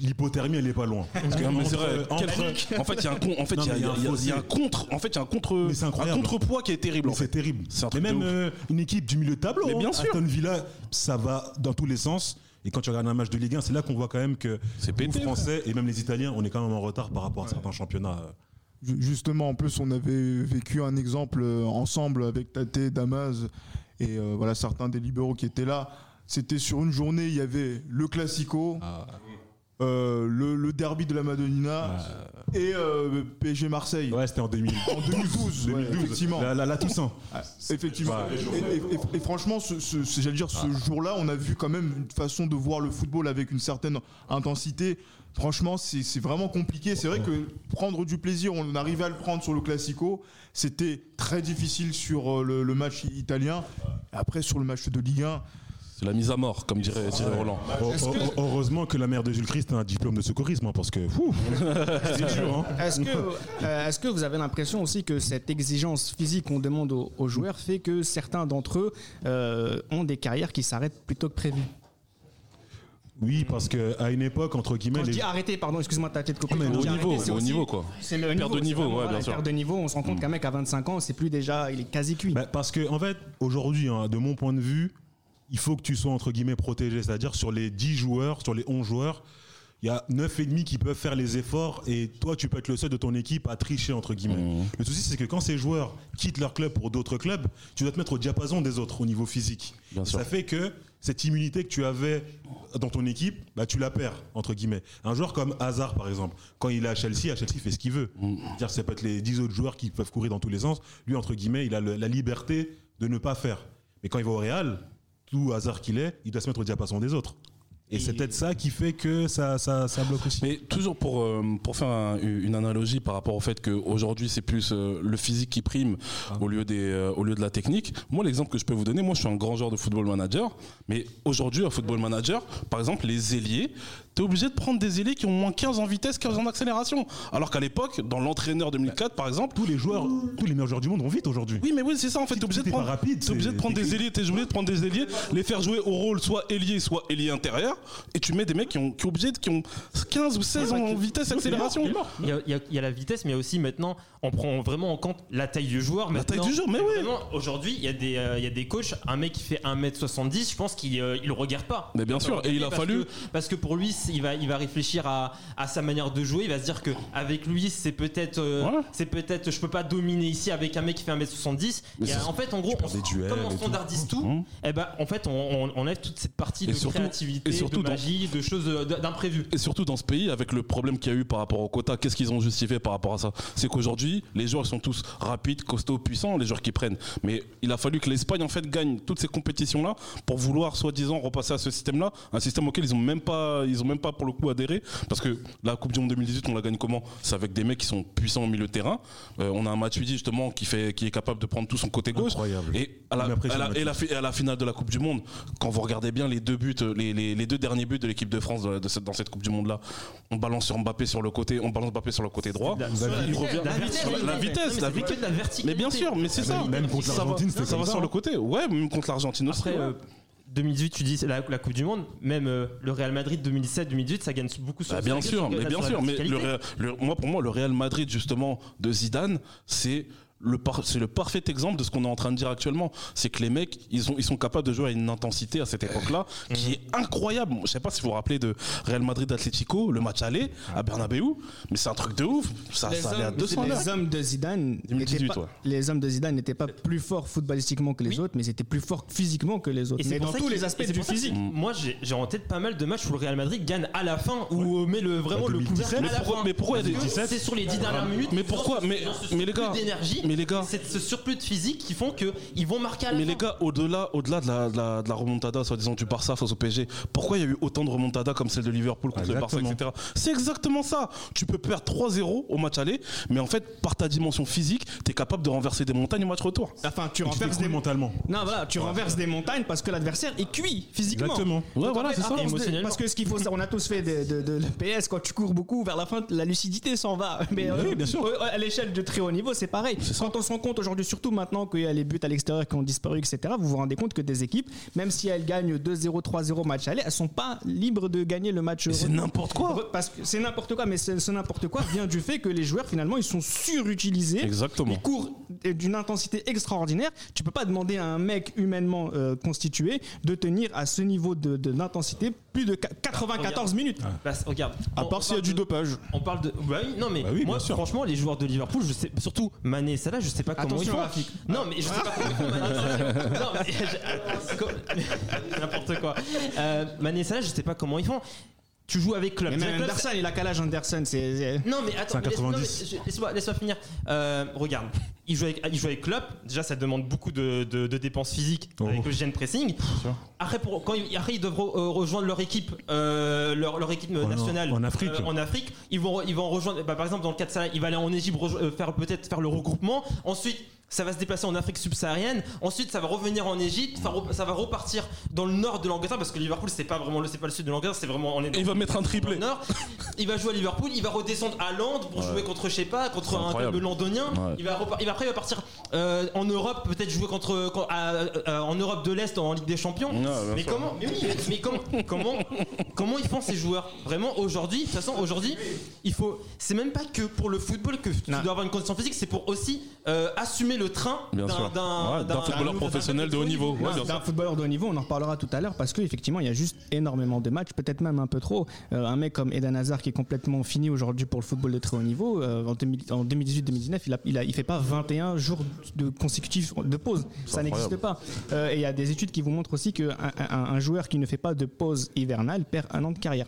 [SPEAKER 5] l'hypothermie elle est pas loin. Parce que
[SPEAKER 4] Non, mais c'est vrai.
[SPEAKER 5] entre-
[SPEAKER 4] Quel-
[SPEAKER 5] entre-
[SPEAKER 4] En fait, il y a un con- en fait,
[SPEAKER 5] euh, Non,
[SPEAKER 4] il y a- il y a-
[SPEAKER 5] mais
[SPEAKER 4] il y a-
[SPEAKER 5] un
[SPEAKER 4] il y a un contre. En fait, il y a un contre.
[SPEAKER 5] Mais c'est
[SPEAKER 4] Un
[SPEAKER 5] incroyable.
[SPEAKER 4] contrepoids qui est terrible. en
[SPEAKER 5] mais c'est
[SPEAKER 4] fait.
[SPEAKER 5] terrible.
[SPEAKER 4] C'est un truc
[SPEAKER 5] Mais
[SPEAKER 4] de
[SPEAKER 5] même
[SPEAKER 4] ouf.
[SPEAKER 5] euh, une équipe du milieu de tableau,
[SPEAKER 4] Mais bien
[SPEAKER 5] hein.
[SPEAKER 4] sûr.
[SPEAKER 5] Aston Villa, ça va dans tous les sens. Et quand tu regardes un match de Ligue 1, c'est là qu'on voit quand même que
[SPEAKER 4] C'est
[SPEAKER 5] les
[SPEAKER 4] pété,
[SPEAKER 5] Français et même les Italiens, on est quand même en retard par rapport à certains championnats. euh,
[SPEAKER 6] Ju- Justement, en plus, on avait vécu un exemple euh, ensemble avec Tate, Damas et euh, voilà certains des libéraux qui étaient là. C'était sur une journée, il y avait le Classico, euh, le, le derby de la Madonnina et euh, PSG Marseille.
[SPEAKER 5] Ouais, c'était en 2000.
[SPEAKER 6] En 2012, ouais,
[SPEAKER 5] 2012,
[SPEAKER 6] effectivement.
[SPEAKER 5] La, la- la Toussaint.
[SPEAKER 6] Ah, Effectivement. Et, et- et- et franchement, ce, ce- ce- j'allais dire, ce jour-là, on a vu quand même une façon de voir le football avec une certaine intensité. Franchement, c'est c'est vraiment compliqué. C'est vrai que prendre du plaisir, on arrivait à le prendre sur le Classico. C'était très difficile sur euh, le, le match italien. Après, sur le match de Ligue 1,
[SPEAKER 4] C'est la mise à mort, comme dirait dirait Roland.
[SPEAKER 5] Oh, oh, Heureusement que la mère de Jules Christ a un diplôme de secourisme hein, parce que fou, c'est dur. hein.
[SPEAKER 2] Est-ce que, euh, est-ce que vous avez l'impression aussi que cette exigence physique qu'on demande aux, aux joueurs fait que certains d'entre eux euh, ont des carrières qui s'arrêtent plutôt que prévu
[SPEAKER 5] Oui, parce que à une époque, entre guillemets,
[SPEAKER 2] Quand je
[SPEAKER 5] les-
[SPEAKER 2] dis ah. arrêter, pardon, excuse-moi, t'as peut-être coupé.
[SPEAKER 5] mais
[SPEAKER 2] Quand je
[SPEAKER 4] Ah,
[SPEAKER 2] dis
[SPEAKER 4] Au niveau,
[SPEAKER 2] arrêter, c'est
[SPEAKER 4] au
[SPEAKER 2] aussi-
[SPEAKER 4] niveau, quoi.
[SPEAKER 2] C'est le
[SPEAKER 4] Perte de
[SPEAKER 2] c'est
[SPEAKER 4] niveau,
[SPEAKER 2] vraiment,
[SPEAKER 4] ouais,
[SPEAKER 2] voilà,
[SPEAKER 4] bien sûr. Mm.
[SPEAKER 2] perte de niveau, on se rend compte qu'un mec à 25 ans, c'est plus déjà, il est quasi cuit.
[SPEAKER 5] Bah, parce que en fait, aujourd'hui, hein, de mon point de vue, il faut que tu sois entre guillemets protégé, c'est-à-dire sur les 10 joueurs, sur les 11 joueurs, il y a 9 et demi qui peuvent faire les efforts et toi tu peux être le seul de ton équipe à tricher entre guillemets.
[SPEAKER 4] Mmh.
[SPEAKER 5] Le souci c'est que quand ces joueurs quittent leur club pour d'autres clubs, tu dois te mettre au diapason des autres au niveau physique.
[SPEAKER 4] Bien
[SPEAKER 5] Et
[SPEAKER 4] sûr.
[SPEAKER 5] Ça fait que cette immunité que tu avais dans ton équipe, bah, tu la perds, entre guillemets. Un joueur comme Hazard, par exemple, quand il est à Chelsea, à Chelsea, il fait ce qu'il veut. C'est-à-dire, ça peut être les 10 autres joueurs qui peuvent courir dans tous les sens. Lui, entre guillemets, il a le- la liberté de ne pas faire. Mais quand il va au Real, tout hasard qu'il est, il doit se mettre au diapason des autres. Et, c'est peut-être ça qui fait que ça, ça, ça bloque aussi.
[SPEAKER 4] Mais toujours pour, euh, pour faire un- une analogie par rapport au fait qu'aujourd'hui c'est plus euh, le physique qui prime au, lieu des, euh, au lieu de la technique. Moi l'exemple que je peux vous donner, moi je suis un grand joueur de football manager, mais aujourd'hui à football manager, par exemple les ailiers, tu es obligé de prendre des ailiers qui ont moins 15 en vitesse, 15 en accélération. Alors qu'à l'époque, dans l'entraîneur 2004 par exemple,
[SPEAKER 5] Tous les joueurs, tous les meilleurs joueurs du monde vont vite aujourd'hui.
[SPEAKER 4] oui, mais oui, c'est ça en fait. T'es obligé, de
[SPEAKER 5] t'es pas
[SPEAKER 4] prendre,
[SPEAKER 5] rapide,
[SPEAKER 4] t'es
[SPEAKER 5] c'est
[SPEAKER 4] obligé de prendre des
[SPEAKER 5] technique.
[SPEAKER 4] ailiers, t'es obligé de prendre des ailiers, les faire jouer au rôle soit ailier, soit ailier intérieur, et tu mets des mecs qui ont, qui ont obligé de- qui ont 15 ou 16 en vitesse accélération.
[SPEAKER 3] Il y, a, il y a- il y a la vitesse, mais il y a aussi maintenant, on prend vraiment en compte la taille du joueur.
[SPEAKER 4] La taille
[SPEAKER 3] maintenant.
[SPEAKER 4] du joueur, mais oui.
[SPEAKER 3] Vraiment, Aujourd'hui, il y, a des, euh, il y a des coachs, un mec qui fait 1m70, je pense qu'il euh, il le regarde pas.
[SPEAKER 4] Mais bien
[SPEAKER 3] peut
[SPEAKER 4] sûr,
[SPEAKER 3] le
[SPEAKER 4] et il a
[SPEAKER 3] parce
[SPEAKER 4] fallu-
[SPEAKER 3] que- parce que pour lui, c'est- il va, il va réfléchir à, à sa manière de jouer, il va se dire que avec lui, c'est peut-être. euh,
[SPEAKER 4] Ouais.
[SPEAKER 3] c'est peut-être. Je peux pas dominer ici avec un mec qui fait 1m70.
[SPEAKER 4] Mais
[SPEAKER 3] Il y a-
[SPEAKER 4] ça-
[SPEAKER 3] euh, en fait, en gros, on,
[SPEAKER 5] des duels
[SPEAKER 3] comme
[SPEAKER 5] et
[SPEAKER 3] on
[SPEAKER 5] tout.
[SPEAKER 3] standardise tout,
[SPEAKER 4] Mhm.
[SPEAKER 3] eh ben, en fait, on, on enlève toute cette partie
[SPEAKER 4] Et
[SPEAKER 3] de
[SPEAKER 4] surtout-
[SPEAKER 3] créativité,
[SPEAKER 4] et surtout
[SPEAKER 3] de
[SPEAKER 4] dans-
[SPEAKER 3] magie, de choses euh, d'imprévues.
[SPEAKER 4] Et surtout dans ce pays, avec le problème qu'il y a eu par rapport au quota, qu'est-ce qu'ils ont justifié par rapport à ça C'est qu'aujourd'hui, les joueurs sont tous rapides, costauds, puissants, les joueurs qui prennent. Mais il a fallu que l'Espagne, en fait, gagne toutes ces compétitions-là pour vouloir, soi-disant, repasser à ce système-là, un système auquel ils n'ont même, pas- ils ont même pas, pour le coup, adhéré. Parce que la Coupe du Monde 2018, on la gagne comment C'est avec des mecs qui sont puissants au milieu de terrain. Euh, on a un Matuidi, justement, qui, fait, qui est capable de prendre tout son côté gauche.
[SPEAKER 5] Incroyable.
[SPEAKER 4] Et à la,
[SPEAKER 5] Il m'impressionne,
[SPEAKER 4] à la- et la fi- à la finale de la Coupe du Monde, quand vous regardez bien les deux buts, euh, les, les- les deux derniers buts de l'équipe de France euh, de- de cette- dans cette Coupe du Monde là, on balance sur Mbappé sur le côté, on balance Mbappé sur le côté droit. il revient-
[SPEAKER 3] La vitesse,
[SPEAKER 4] sur la- la vitesse, la
[SPEAKER 3] Non, mais c'est que
[SPEAKER 4] vitesse.
[SPEAKER 3] de la verticalité.
[SPEAKER 4] Mais bien sûr, mais c'est ça.
[SPEAKER 5] Même contre
[SPEAKER 4] Ça va-
[SPEAKER 5] l'Argentine,
[SPEAKER 4] ça
[SPEAKER 5] c'était
[SPEAKER 4] va,
[SPEAKER 5] comme ça,
[SPEAKER 4] sur
[SPEAKER 5] hein.
[SPEAKER 4] le côté. Ouais, même contre l'Argentine aussi.
[SPEAKER 3] Après,
[SPEAKER 4] ouais.
[SPEAKER 3] euh, 2018, tu dis c'est la, la Coupe du Monde, même euh, le Real Madrid 2017-2018, ça gagne beaucoup sur
[SPEAKER 4] Bah,
[SPEAKER 3] ça
[SPEAKER 4] bien
[SPEAKER 3] gagne
[SPEAKER 4] sûr,
[SPEAKER 3] sur-
[SPEAKER 4] mais
[SPEAKER 3] sur
[SPEAKER 4] bien
[SPEAKER 3] la
[SPEAKER 4] sûr, mais le,
[SPEAKER 3] verticalité.
[SPEAKER 4] Real- le- moi pour moi le Real Madrid justement de Zidane, c'est le par- c'est le parfait exemple de ce qu'on est en train de dire actuellement, c'est que les mecs ils ont ils sont capables de jouer à une intensité à cette époque-là qui est incroyable. Je sais pas si vous vous rappelez de Real Madrid Atlético, le match aller à Bernabéu, mais c'est un truc de ouf, ça,
[SPEAKER 2] Les
[SPEAKER 4] ça allait à
[SPEAKER 2] hommes-
[SPEAKER 4] 200
[SPEAKER 2] les
[SPEAKER 4] mètres.
[SPEAKER 2] hommes de Zidane,
[SPEAKER 4] 2018,
[SPEAKER 2] n'étaient pas,
[SPEAKER 4] ouais.
[SPEAKER 2] les hommes de Zidane n'étaient pas plus forts footballistiquement que les
[SPEAKER 3] Oui.
[SPEAKER 2] autres, mais ils étaient plus forts physiquement que les autres.
[SPEAKER 3] Et c'est
[SPEAKER 2] mais
[SPEAKER 3] pour
[SPEAKER 2] dans
[SPEAKER 3] ça
[SPEAKER 2] tous
[SPEAKER 3] qu'il-
[SPEAKER 2] les
[SPEAKER 3] et
[SPEAKER 2] aspects
[SPEAKER 3] c'est
[SPEAKER 2] du
[SPEAKER 3] pour ça que
[SPEAKER 2] physique.
[SPEAKER 3] Moi, j'ai- j'ai en tête pas mal de matchs où le Real Madrid gagne à la fin, où on met le, vraiment
[SPEAKER 5] Bah,
[SPEAKER 3] le couvert
[SPEAKER 5] 2017.
[SPEAKER 3] à la
[SPEAKER 4] Mais pourquoi-
[SPEAKER 3] fin.
[SPEAKER 4] mais pourquoi il y a des-
[SPEAKER 3] Parce que C'est sur les 10 dernières minutes.
[SPEAKER 4] Mais pourquoi-
[SPEAKER 3] ils ont ce-
[SPEAKER 4] mais-
[SPEAKER 3] ils ont ce
[SPEAKER 4] mais les gars,
[SPEAKER 3] surplus d'énergie,
[SPEAKER 4] mais les gars.
[SPEAKER 3] c'est ce surplus de physique qui font que ils vont marquer à la
[SPEAKER 4] Mais
[SPEAKER 3] fin.
[SPEAKER 4] les gars, au-delà, au-delà de la, de la- de la remontada, soi-disant du Barça face au PSG, pourquoi il y a eu autant de remontadas comme celle de Liverpool contre le
[SPEAKER 5] Exactement.
[SPEAKER 4] Barça, etc. C'est exactement ça. Tu peux perdre 3-0 au match aller, mais en fait, par ta dimension physique, tu es capable de renverser des montagnes au match retour.
[SPEAKER 2] Enfin, tu
[SPEAKER 5] Tu
[SPEAKER 2] renverses
[SPEAKER 5] t'écroules
[SPEAKER 2] des
[SPEAKER 5] mentalement.
[SPEAKER 2] Non, voilà, tu renverses des montagnes parce que l'adversaire est cuit physiquement.
[SPEAKER 5] Exactement.
[SPEAKER 4] Ouais,
[SPEAKER 2] Donc,
[SPEAKER 4] voilà,
[SPEAKER 2] en fait,
[SPEAKER 4] c'est
[SPEAKER 2] à
[SPEAKER 4] ça.
[SPEAKER 2] force de-
[SPEAKER 3] Émotionnellement.
[SPEAKER 2] Parce que ce qu'il faut, ça, on a tous fait de, de, de l'EPS, quand tu cours beaucoup, vers la fin, la lucidité s'en va. Mais euh, euh, à l'échelle de très haut niveau, c'est pareil. Quand on se rend compte aujourd'hui, surtout maintenant qu'il y a les buts à l'extérieur qui ont disparu, etc., vous vous rendez compte que des équipes, même si elles gagnent 2-0, 3-0 match aller, elles sont pas libres de gagner le match.
[SPEAKER 4] Mais c'est
[SPEAKER 2] retour.
[SPEAKER 4] n'importe quoi.
[SPEAKER 2] Parce que c'est n'importe quoi, mais ce ce n'importe quoi vient du fait que les joueurs finalement ils sont surutilisés.
[SPEAKER 4] Exactement.
[SPEAKER 2] Ils courent d'une intensité extraordinaire. Tu peux pas demander à un mec humainement euh, constitué de tenir à ce niveau de, de- d'intensité plus de qua- 94 minutes.
[SPEAKER 3] Bah, regarde.
[SPEAKER 6] À
[SPEAKER 3] on- on
[SPEAKER 6] part s'il y a
[SPEAKER 3] parle
[SPEAKER 6] du
[SPEAKER 3] de-
[SPEAKER 6] dopage.
[SPEAKER 3] On parle de. Bah oui, non mais
[SPEAKER 5] Bah oui,
[SPEAKER 3] moi
[SPEAKER 5] bien sûr.
[SPEAKER 3] franchement les joueurs de Liverpool, je sais surtout Mané et Salah, je sais pas comment
[SPEAKER 2] Attention,
[SPEAKER 3] ils font.
[SPEAKER 2] Rafik.
[SPEAKER 3] Non mais je sais pas comment ils font, Mané et Salah. Non, mais- euh, comme- n'importe quoi. Euh, Mané et Salah, je sais pas comment ils font. Tu joues avec club.
[SPEAKER 2] Mais
[SPEAKER 3] Déjà,
[SPEAKER 2] même
[SPEAKER 3] club,
[SPEAKER 2] Anderson, il a calage Anderson, c'est c'est-
[SPEAKER 3] non mais attends,
[SPEAKER 5] C'est un
[SPEAKER 3] laisse- non,
[SPEAKER 5] 90.
[SPEAKER 3] mais je- laisse-moi laisse-moi finir. Euh, regarde, il joue, avec, il joue avec Klopp. Déjà, ça demande beaucoup de, de- de dépenses physiques
[SPEAKER 5] Oh.
[SPEAKER 3] avec le gène pressing. Après, pour- quand ils, après, ils doivent re- euh, rejoindre leur équipe, euh, leur, leur équipe nationale euh,
[SPEAKER 5] en Afrique.
[SPEAKER 3] en Afrique, ils vont, re- ils vont rejoindre. bah, par exemple, dans le cas de Salah, il va aller en Égypte rejo- euh, faire peut-être faire le regroupement. Ensuite. Ça va se déplacer en Afrique subsaharienne. Ensuite, ça va revenir en Égypte. Ça, re- ça va repartir dans le nord de l'Angleterre parce que Liverpool, c'est pas vraiment le, c'est pas le sud de l'Angleterre, c'est vraiment on est
[SPEAKER 4] Et il va mettre un
[SPEAKER 3] au
[SPEAKER 4] triplé.
[SPEAKER 3] Nord. Il va jouer à Liverpool, il va redescendre à Londres pour jouer contre, je sais pas, contre un club
[SPEAKER 4] incroyable.
[SPEAKER 3] londonien.
[SPEAKER 4] Ouais.
[SPEAKER 3] Il va repar- il va après il va partir euh, en Europe, peut-être jouer contre con- à- à- en Europe de l'Est en Ligue des Champions.
[SPEAKER 4] Ouais, bien
[SPEAKER 3] mais
[SPEAKER 4] sûr.
[SPEAKER 3] comment Mais oui, mais- mais comment comment comment ils font ces joueurs Vraiment aujourd'hui, de toute façon aujourd'hui, il faut. C'est même pas que pour le football que tu
[SPEAKER 2] Non.
[SPEAKER 3] dois avoir une condition physique, c'est pour aussi euh, assumer le train
[SPEAKER 4] Bien
[SPEAKER 3] d'un-
[SPEAKER 4] sûr.
[SPEAKER 3] d'un
[SPEAKER 4] Ouais, d'un
[SPEAKER 3] d'un-
[SPEAKER 4] footballeur
[SPEAKER 3] d'un-
[SPEAKER 4] professionnel de haut niveau. Ouais, bien
[SPEAKER 2] D'un
[SPEAKER 4] sûr.
[SPEAKER 2] footballeur de haut niveau, on en reparlera tout à l'heure parce qu'effectivement, il y a juste énormément de matchs, peut-être même un peu trop. Euh, un mec comme Eden Hazard qui est complètement fini aujourd'hui pour le football de très haut niveau, euh, en, 2000 en 2018-2019, il, a, il, a- il fait pas 21 jours de consécutifs de pause. Ça n'existe pas. Euh, et il y a des études qui vous montrent aussi qu'un un, un joueur qui ne fait pas de pause hivernale perd un an de carrière.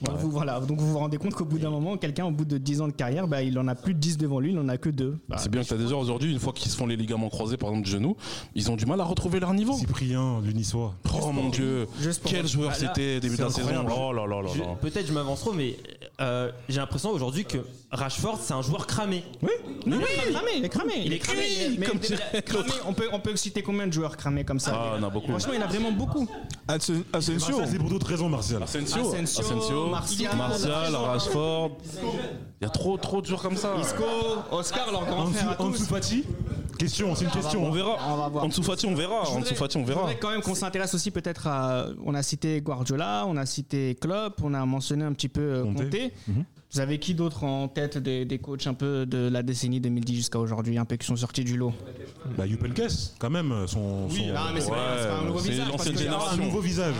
[SPEAKER 2] Voilà, vous, voilà. donc vous vous rendez compte qu'au bout d'un moment, quelqu'un au bout de 10 ans de carrière, bah, il en a plus de 10 devant lui, il en a que Bah, 2.
[SPEAKER 4] C'est bien que t'as déjà aujourd'hui, une fois qu'ils se font les ligaments croisés, par exemple, du genou, ils ont du mal à retrouver leur niveau.
[SPEAKER 5] Cyprien, l'Unisois.
[SPEAKER 4] Oh mon dieu,
[SPEAKER 2] Juste pour-
[SPEAKER 4] quel joueur
[SPEAKER 3] Ah, là,
[SPEAKER 4] c'était début de la saison. Oh là là là
[SPEAKER 3] Je-
[SPEAKER 4] là.
[SPEAKER 3] Peut-être je m'avance trop, mais euh, j'ai l'impression aujourd'hui que Rashford, c'est un joueur cramé.
[SPEAKER 2] Oui, mais oui, il est cramé, il est cramé.
[SPEAKER 3] Il est cramé,
[SPEAKER 2] mais- mais-
[SPEAKER 3] comme
[SPEAKER 2] mais-
[SPEAKER 3] dirait
[SPEAKER 2] cramé, on peut, on peut citer combien de joueurs cramés comme ça
[SPEAKER 4] Ah, il y en a beaucoup.
[SPEAKER 2] Franchement, il y en a vraiment beaucoup.
[SPEAKER 6] Asen- Asensio. hein.
[SPEAKER 5] Ça, c'est pour d'autres raisons, Martial.
[SPEAKER 4] Asensio,
[SPEAKER 2] Asensio, Martial,
[SPEAKER 4] Martial, Rashford. Il y a trop trop de joueurs comme ça.
[SPEAKER 2] Isco, Oscar, leur grand
[SPEAKER 5] Ansu
[SPEAKER 2] frère à
[SPEAKER 5] Ansu
[SPEAKER 2] tous.
[SPEAKER 5] Fati Question, c'est une
[SPEAKER 4] On
[SPEAKER 5] question.
[SPEAKER 4] verra.
[SPEAKER 2] On va voir.
[SPEAKER 4] En dessous Fati, on verra. En dessous Fati, on
[SPEAKER 2] Je
[SPEAKER 4] verra.
[SPEAKER 2] voudrais quand même qu'on s'intéresse aussi peut-être à. On a cité Guardiola, on a cité Klopp, on a mentionné un petit peu euh,
[SPEAKER 5] Conte.
[SPEAKER 2] Conte. Vous avez qui d'autre en tête des, des coachs un peu de la décennie 2010 jusqu'à aujourd'hui, un peu qui sont sortis du lot
[SPEAKER 5] Bah, Yupenkes, quand même, son. son-
[SPEAKER 2] Ah, mais c'est Ah.
[SPEAKER 4] Ouais,
[SPEAKER 2] pas- c'est pas un nouveau
[SPEAKER 4] c'est
[SPEAKER 2] visage, parce
[SPEAKER 4] l'ancienne
[SPEAKER 2] que-
[SPEAKER 5] un
[SPEAKER 4] génération.
[SPEAKER 5] nouveau visage.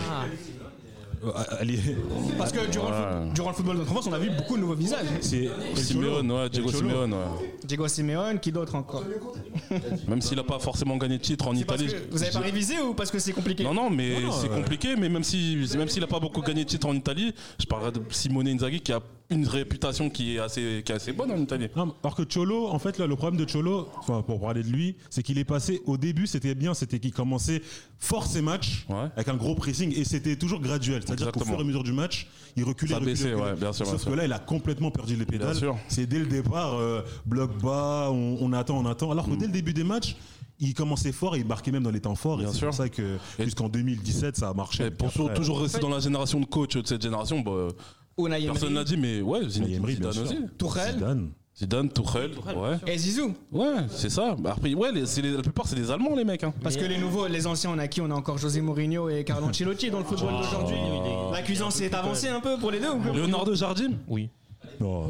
[SPEAKER 5] Euh, allez.
[SPEAKER 2] Parce que durant, le,
[SPEAKER 4] Ouais.
[SPEAKER 2] foot- durant le football de notre enfance, on a vu beaucoup de nouveaux visages.
[SPEAKER 5] C'est
[SPEAKER 4] Simeone, ouais, Diego
[SPEAKER 5] Cholo.
[SPEAKER 4] Simeone. ouais.
[SPEAKER 2] Diego Simeone, qui d'autre encore
[SPEAKER 4] Même s'il a pas forcément gagné de titre en
[SPEAKER 2] C'est parce
[SPEAKER 4] Italie.
[SPEAKER 2] que Vous avez pas révisé ou parce que c'est compliqué
[SPEAKER 4] Non, non, mais c'est compliqué. Mais même si, même s'il a pas beaucoup gagné de titres en Italie, je parlerai de Simone Inzaghi qui a une réputation qui est assez, qui est assez bonne en Italie.
[SPEAKER 5] Non, mais alors que Cholo, en fait, là, le problème de Cholo, enfin, pour parler de lui, c'est qu'il est passé au début, c'était bien, c'était qu'il commençait fort ses matchs
[SPEAKER 4] Ouais.
[SPEAKER 5] avec un gros pressing et c'était toujours graduel. C'est-à-dire qu'au
[SPEAKER 4] Exactement.
[SPEAKER 5] fur et à mesure du match, il reculait.
[SPEAKER 4] Ça
[SPEAKER 5] reculait,
[SPEAKER 4] baissait,
[SPEAKER 5] reculait.
[SPEAKER 4] ouais, bien sûr, bien
[SPEAKER 5] Sauf
[SPEAKER 4] sûr.
[SPEAKER 5] que là, il a complètement perdu les pédales.
[SPEAKER 4] Bien sûr.
[SPEAKER 5] C'est dès le départ, euh, bloc bas, on, on attend, on attend.
[SPEAKER 4] Mm.
[SPEAKER 5] Alors que dès le début des matchs, il commençait fort, et il marquait même dans les temps forts.
[SPEAKER 4] Bien
[SPEAKER 5] et c'est
[SPEAKER 4] sûr.
[SPEAKER 5] pour ça que
[SPEAKER 4] Et-
[SPEAKER 5] jusqu'en 2017, ça a marché.
[SPEAKER 4] Et pour
[SPEAKER 5] Après,
[SPEAKER 4] toujours rester dans la génération de coach de cette génération, bah,
[SPEAKER 2] Unai Emery,
[SPEAKER 4] personne n'a dit, mais ouais, Zinedine
[SPEAKER 5] Emery, bien
[SPEAKER 4] Zidane aussi.
[SPEAKER 5] sûr.
[SPEAKER 2] Tourelle
[SPEAKER 5] Zidane.
[SPEAKER 4] Zidane, Tuchel, ouais.
[SPEAKER 2] et Zizou.
[SPEAKER 4] Ouais, c'est ça. Bah, Après, ouais, les- c'est les- la plupart, c'est des Allemands, les mecs. hein.
[SPEAKER 2] Parce que les nouveaux, les anciens, on a qui On a encore José Mourinho et Carlo Ancelotti dans le football
[SPEAKER 4] Oh.
[SPEAKER 2] d'aujourd'hui. La cuisance est avancée un peu pour les deux ou pas
[SPEAKER 4] Leonardo Jardim
[SPEAKER 3] Oui.
[SPEAKER 5] Non.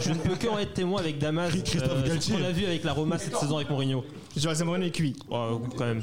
[SPEAKER 3] Je ne peux que en être témoin avec Damas.
[SPEAKER 5] Christophe
[SPEAKER 3] euh, sur
[SPEAKER 5] Galtier.
[SPEAKER 3] ce qu'on a vu avec la Roma cette saison avec Mourinho.
[SPEAKER 2] José Mourinho est cuit.
[SPEAKER 3] Oh, quand même.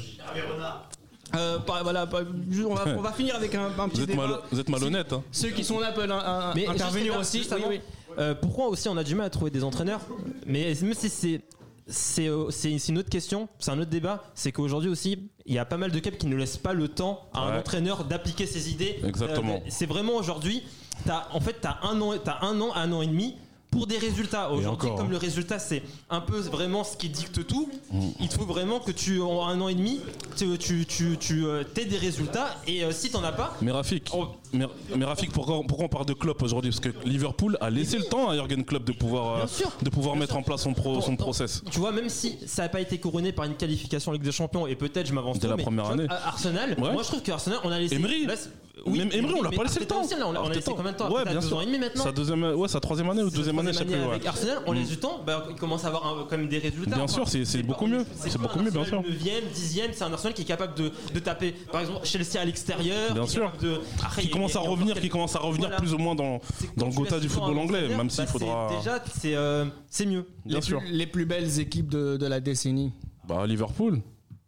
[SPEAKER 2] Euh, par- voilà, par- juste, on, va, on va finir avec un, un
[SPEAKER 4] Vous
[SPEAKER 2] petit
[SPEAKER 4] êtes, mal-
[SPEAKER 2] débat.
[SPEAKER 4] vous êtes malhonnête. hein.
[SPEAKER 2] Ceux qui sont là peuvent un- un-
[SPEAKER 3] Mais
[SPEAKER 2] intervenir
[SPEAKER 3] juste-
[SPEAKER 2] aussi.
[SPEAKER 3] juste
[SPEAKER 2] Oui,
[SPEAKER 3] avant,
[SPEAKER 2] oui.
[SPEAKER 3] euh, pourquoi aussi on a du mal à trouver des entraîneurs Mais même si c'est c'est euh, c'est- c'est une autre question, c'est un autre débat. C'est qu'aujourd'hui aussi, il y a pas mal de clubs qui ne laissent pas le temps à un
[SPEAKER 4] Ouais.
[SPEAKER 3] entraîneur d'appliquer ses idées.
[SPEAKER 4] Exactement.
[SPEAKER 3] Euh, c'est vraiment aujourd'hui, t'as- en fait, t'as un an, t'as un an, un an et demi. Pour des résultats aujourd'hui,
[SPEAKER 5] encore,
[SPEAKER 3] comme
[SPEAKER 5] hein.
[SPEAKER 3] le résultat c'est un peu vraiment ce qui dicte tout,
[SPEAKER 4] Mm.
[SPEAKER 3] il te faut vraiment que tu en un an et demi, tu tu tu, tu euh, t'aies des résultats et euh, si t'en as pas,
[SPEAKER 4] Mais Rafik,
[SPEAKER 3] Oh.
[SPEAKER 4] mais, mais Rafik, pourquoi, pourquoi on parle de Klopp aujourd'hui Parce que Liverpool a laissé le temps à Jurgen Klopp de pouvoir, euh,
[SPEAKER 3] Bien sûr.
[SPEAKER 4] de pouvoir mettre en place son, pro-
[SPEAKER 3] Bon,
[SPEAKER 4] son
[SPEAKER 3] non.
[SPEAKER 4] process.
[SPEAKER 3] Tu vois, même si ça n'a pas été couronné par une qualification en Ligue des Champions, et peut-être je m'avance
[SPEAKER 4] Dès
[SPEAKER 3] trop,
[SPEAKER 4] la
[SPEAKER 3] mais
[SPEAKER 4] première
[SPEAKER 3] tu vois,
[SPEAKER 4] année.
[SPEAKER 3] à- Arsenal,
[SPEAKER 4] Ouais.
[SPEAKER 3] moi je trouve qu'Arsenal, on a laissé.
[SPEAKER 4] Emery.
[SPEAKER 3] Là, c'est- oui,
[SPEAKER 4] Même Emery, on l'a
[SPEAKER 3] mais
[SPEAKER 4] pas laissé le
[SPEAKER 3] Arteta
[SPEAKER 4] temps.
[SPEAKER 3] aussi, là, on l'a on l'a laissé
[SPEAKER 4] Arteta.
[SPEAKER 3] combien de temps
[SPEAKER 4] Ouais,
[SPEAKER 3] Arteta,
[SPEAKER 4] bien
[SPEAKER 3] deux
[SPEAKER 4] sûr.
[SPEAKER 3] ans et demi maintenant
[SPEAKER 4] Sa deuxième, ouais, sa troisième année ou
[SPEAKER 3] Sa
[SPEAKER 4] deuxième année, je sais
[SPEAKER 3] troisième
[SPEAKER 4] plus.
[SPEAKER 3] année
[SPEAKER 4] ouais.
[SPEAKER 3] avec Arsenal, on laisse du temps, bah, il commence à avoir un- quand même des résultats.
[SPEAKER 4] Bien
[SPEAKER 3] quoi.
[SPEAKER 4] sûr, c'est- c'est
[SPEAKER 3] pas-
[SPEAKER 4] beaucoup
[SPEAKER 3] on est-
[SPEAKER 4] mieux. C'est
[SPEAKER 3] pas
[SPEAKER 4] beaucoup
[SPEAKER 3] un
[SPEAKER 4] mieux, bien
[SPEAKER 3] Arsenal
[SPEAKER 4] sûr.
[SPEAKER 3] 9e, 10e, c'est un Arsenal qui est capable de, de taper, par exemple, Chelsea à l'extérieur.
[SPEAKER 4] Bien
[SPEAKER 3] qui est
[SPEAKER 4] sûr.
[SPEAKER 3] capable de- Après, il
[SPEAKER 4] Qui
[SPEAKER 3] y a-
[SPEAKER 4] commence à
[SPEAKER 3] il y a
[SPEAKER 4] revenir,
[SPEAKER 3] encore
[SPEAKER 4] qui commence à revenir
[SPEAKER 3] Voilà.
[SPEAKER 4] plus ou moins dans,
[SPEAKER 3] quelques- c'est que
[SPEAKER 4] dans
[SPEAKER 3] quand
[SPEAKER 4] le
[SPEAKER 3] tu
[SPEAKER 4] gotha
[SPEAKER 3] laisses
[SPEAKER 4] du
[SPEAKER 3] du temps à
[SPEAKER 4] football
[SPEAKER 3] un
[SPEAKER 4] anglais,
[SPEAKER 3] entraîneur,
[SPEAKER 4] même s'il
[SPEAKER 3] bah, c'est-
[SPEAKER 4] faudra.
[SPEAKER 3] Déjà, c'est euh, c'est mieux.
[SPEAKER 4] Bien
[SPEAKER 2] les,
[SPEAKER 4] sûr.
[SPEAKER 2] Plus, les plus belles équipes de, de la décennie.
[SPEAKER 4] Bah, Liverpool.